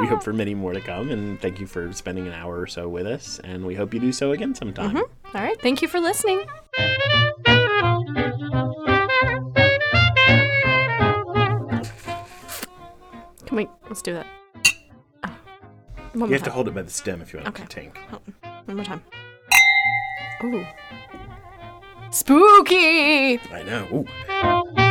[SPEAKER 1] We hope for many more to come, and thank you for spending an hour or so with us. And we hope you do so again sometime.
[SPEAKER 2] All right. Thank you for listening. Can we? Let's do that. Ah. One
[SPEAKER 1] You
[SPEAKER 2] more
[SPEAKER 1] have to
[SPEAKER 2] time.
[SPEAKER 1] hold it by the stem if you want to
[SPEAKER 2] Okay.
[SPEAKER 1] tink.
[SPEAKER 2] One more time. Ooh. Spooky.
[SPEAKER 1] I know. Ooh.
[SPEAKER 3] Thank you.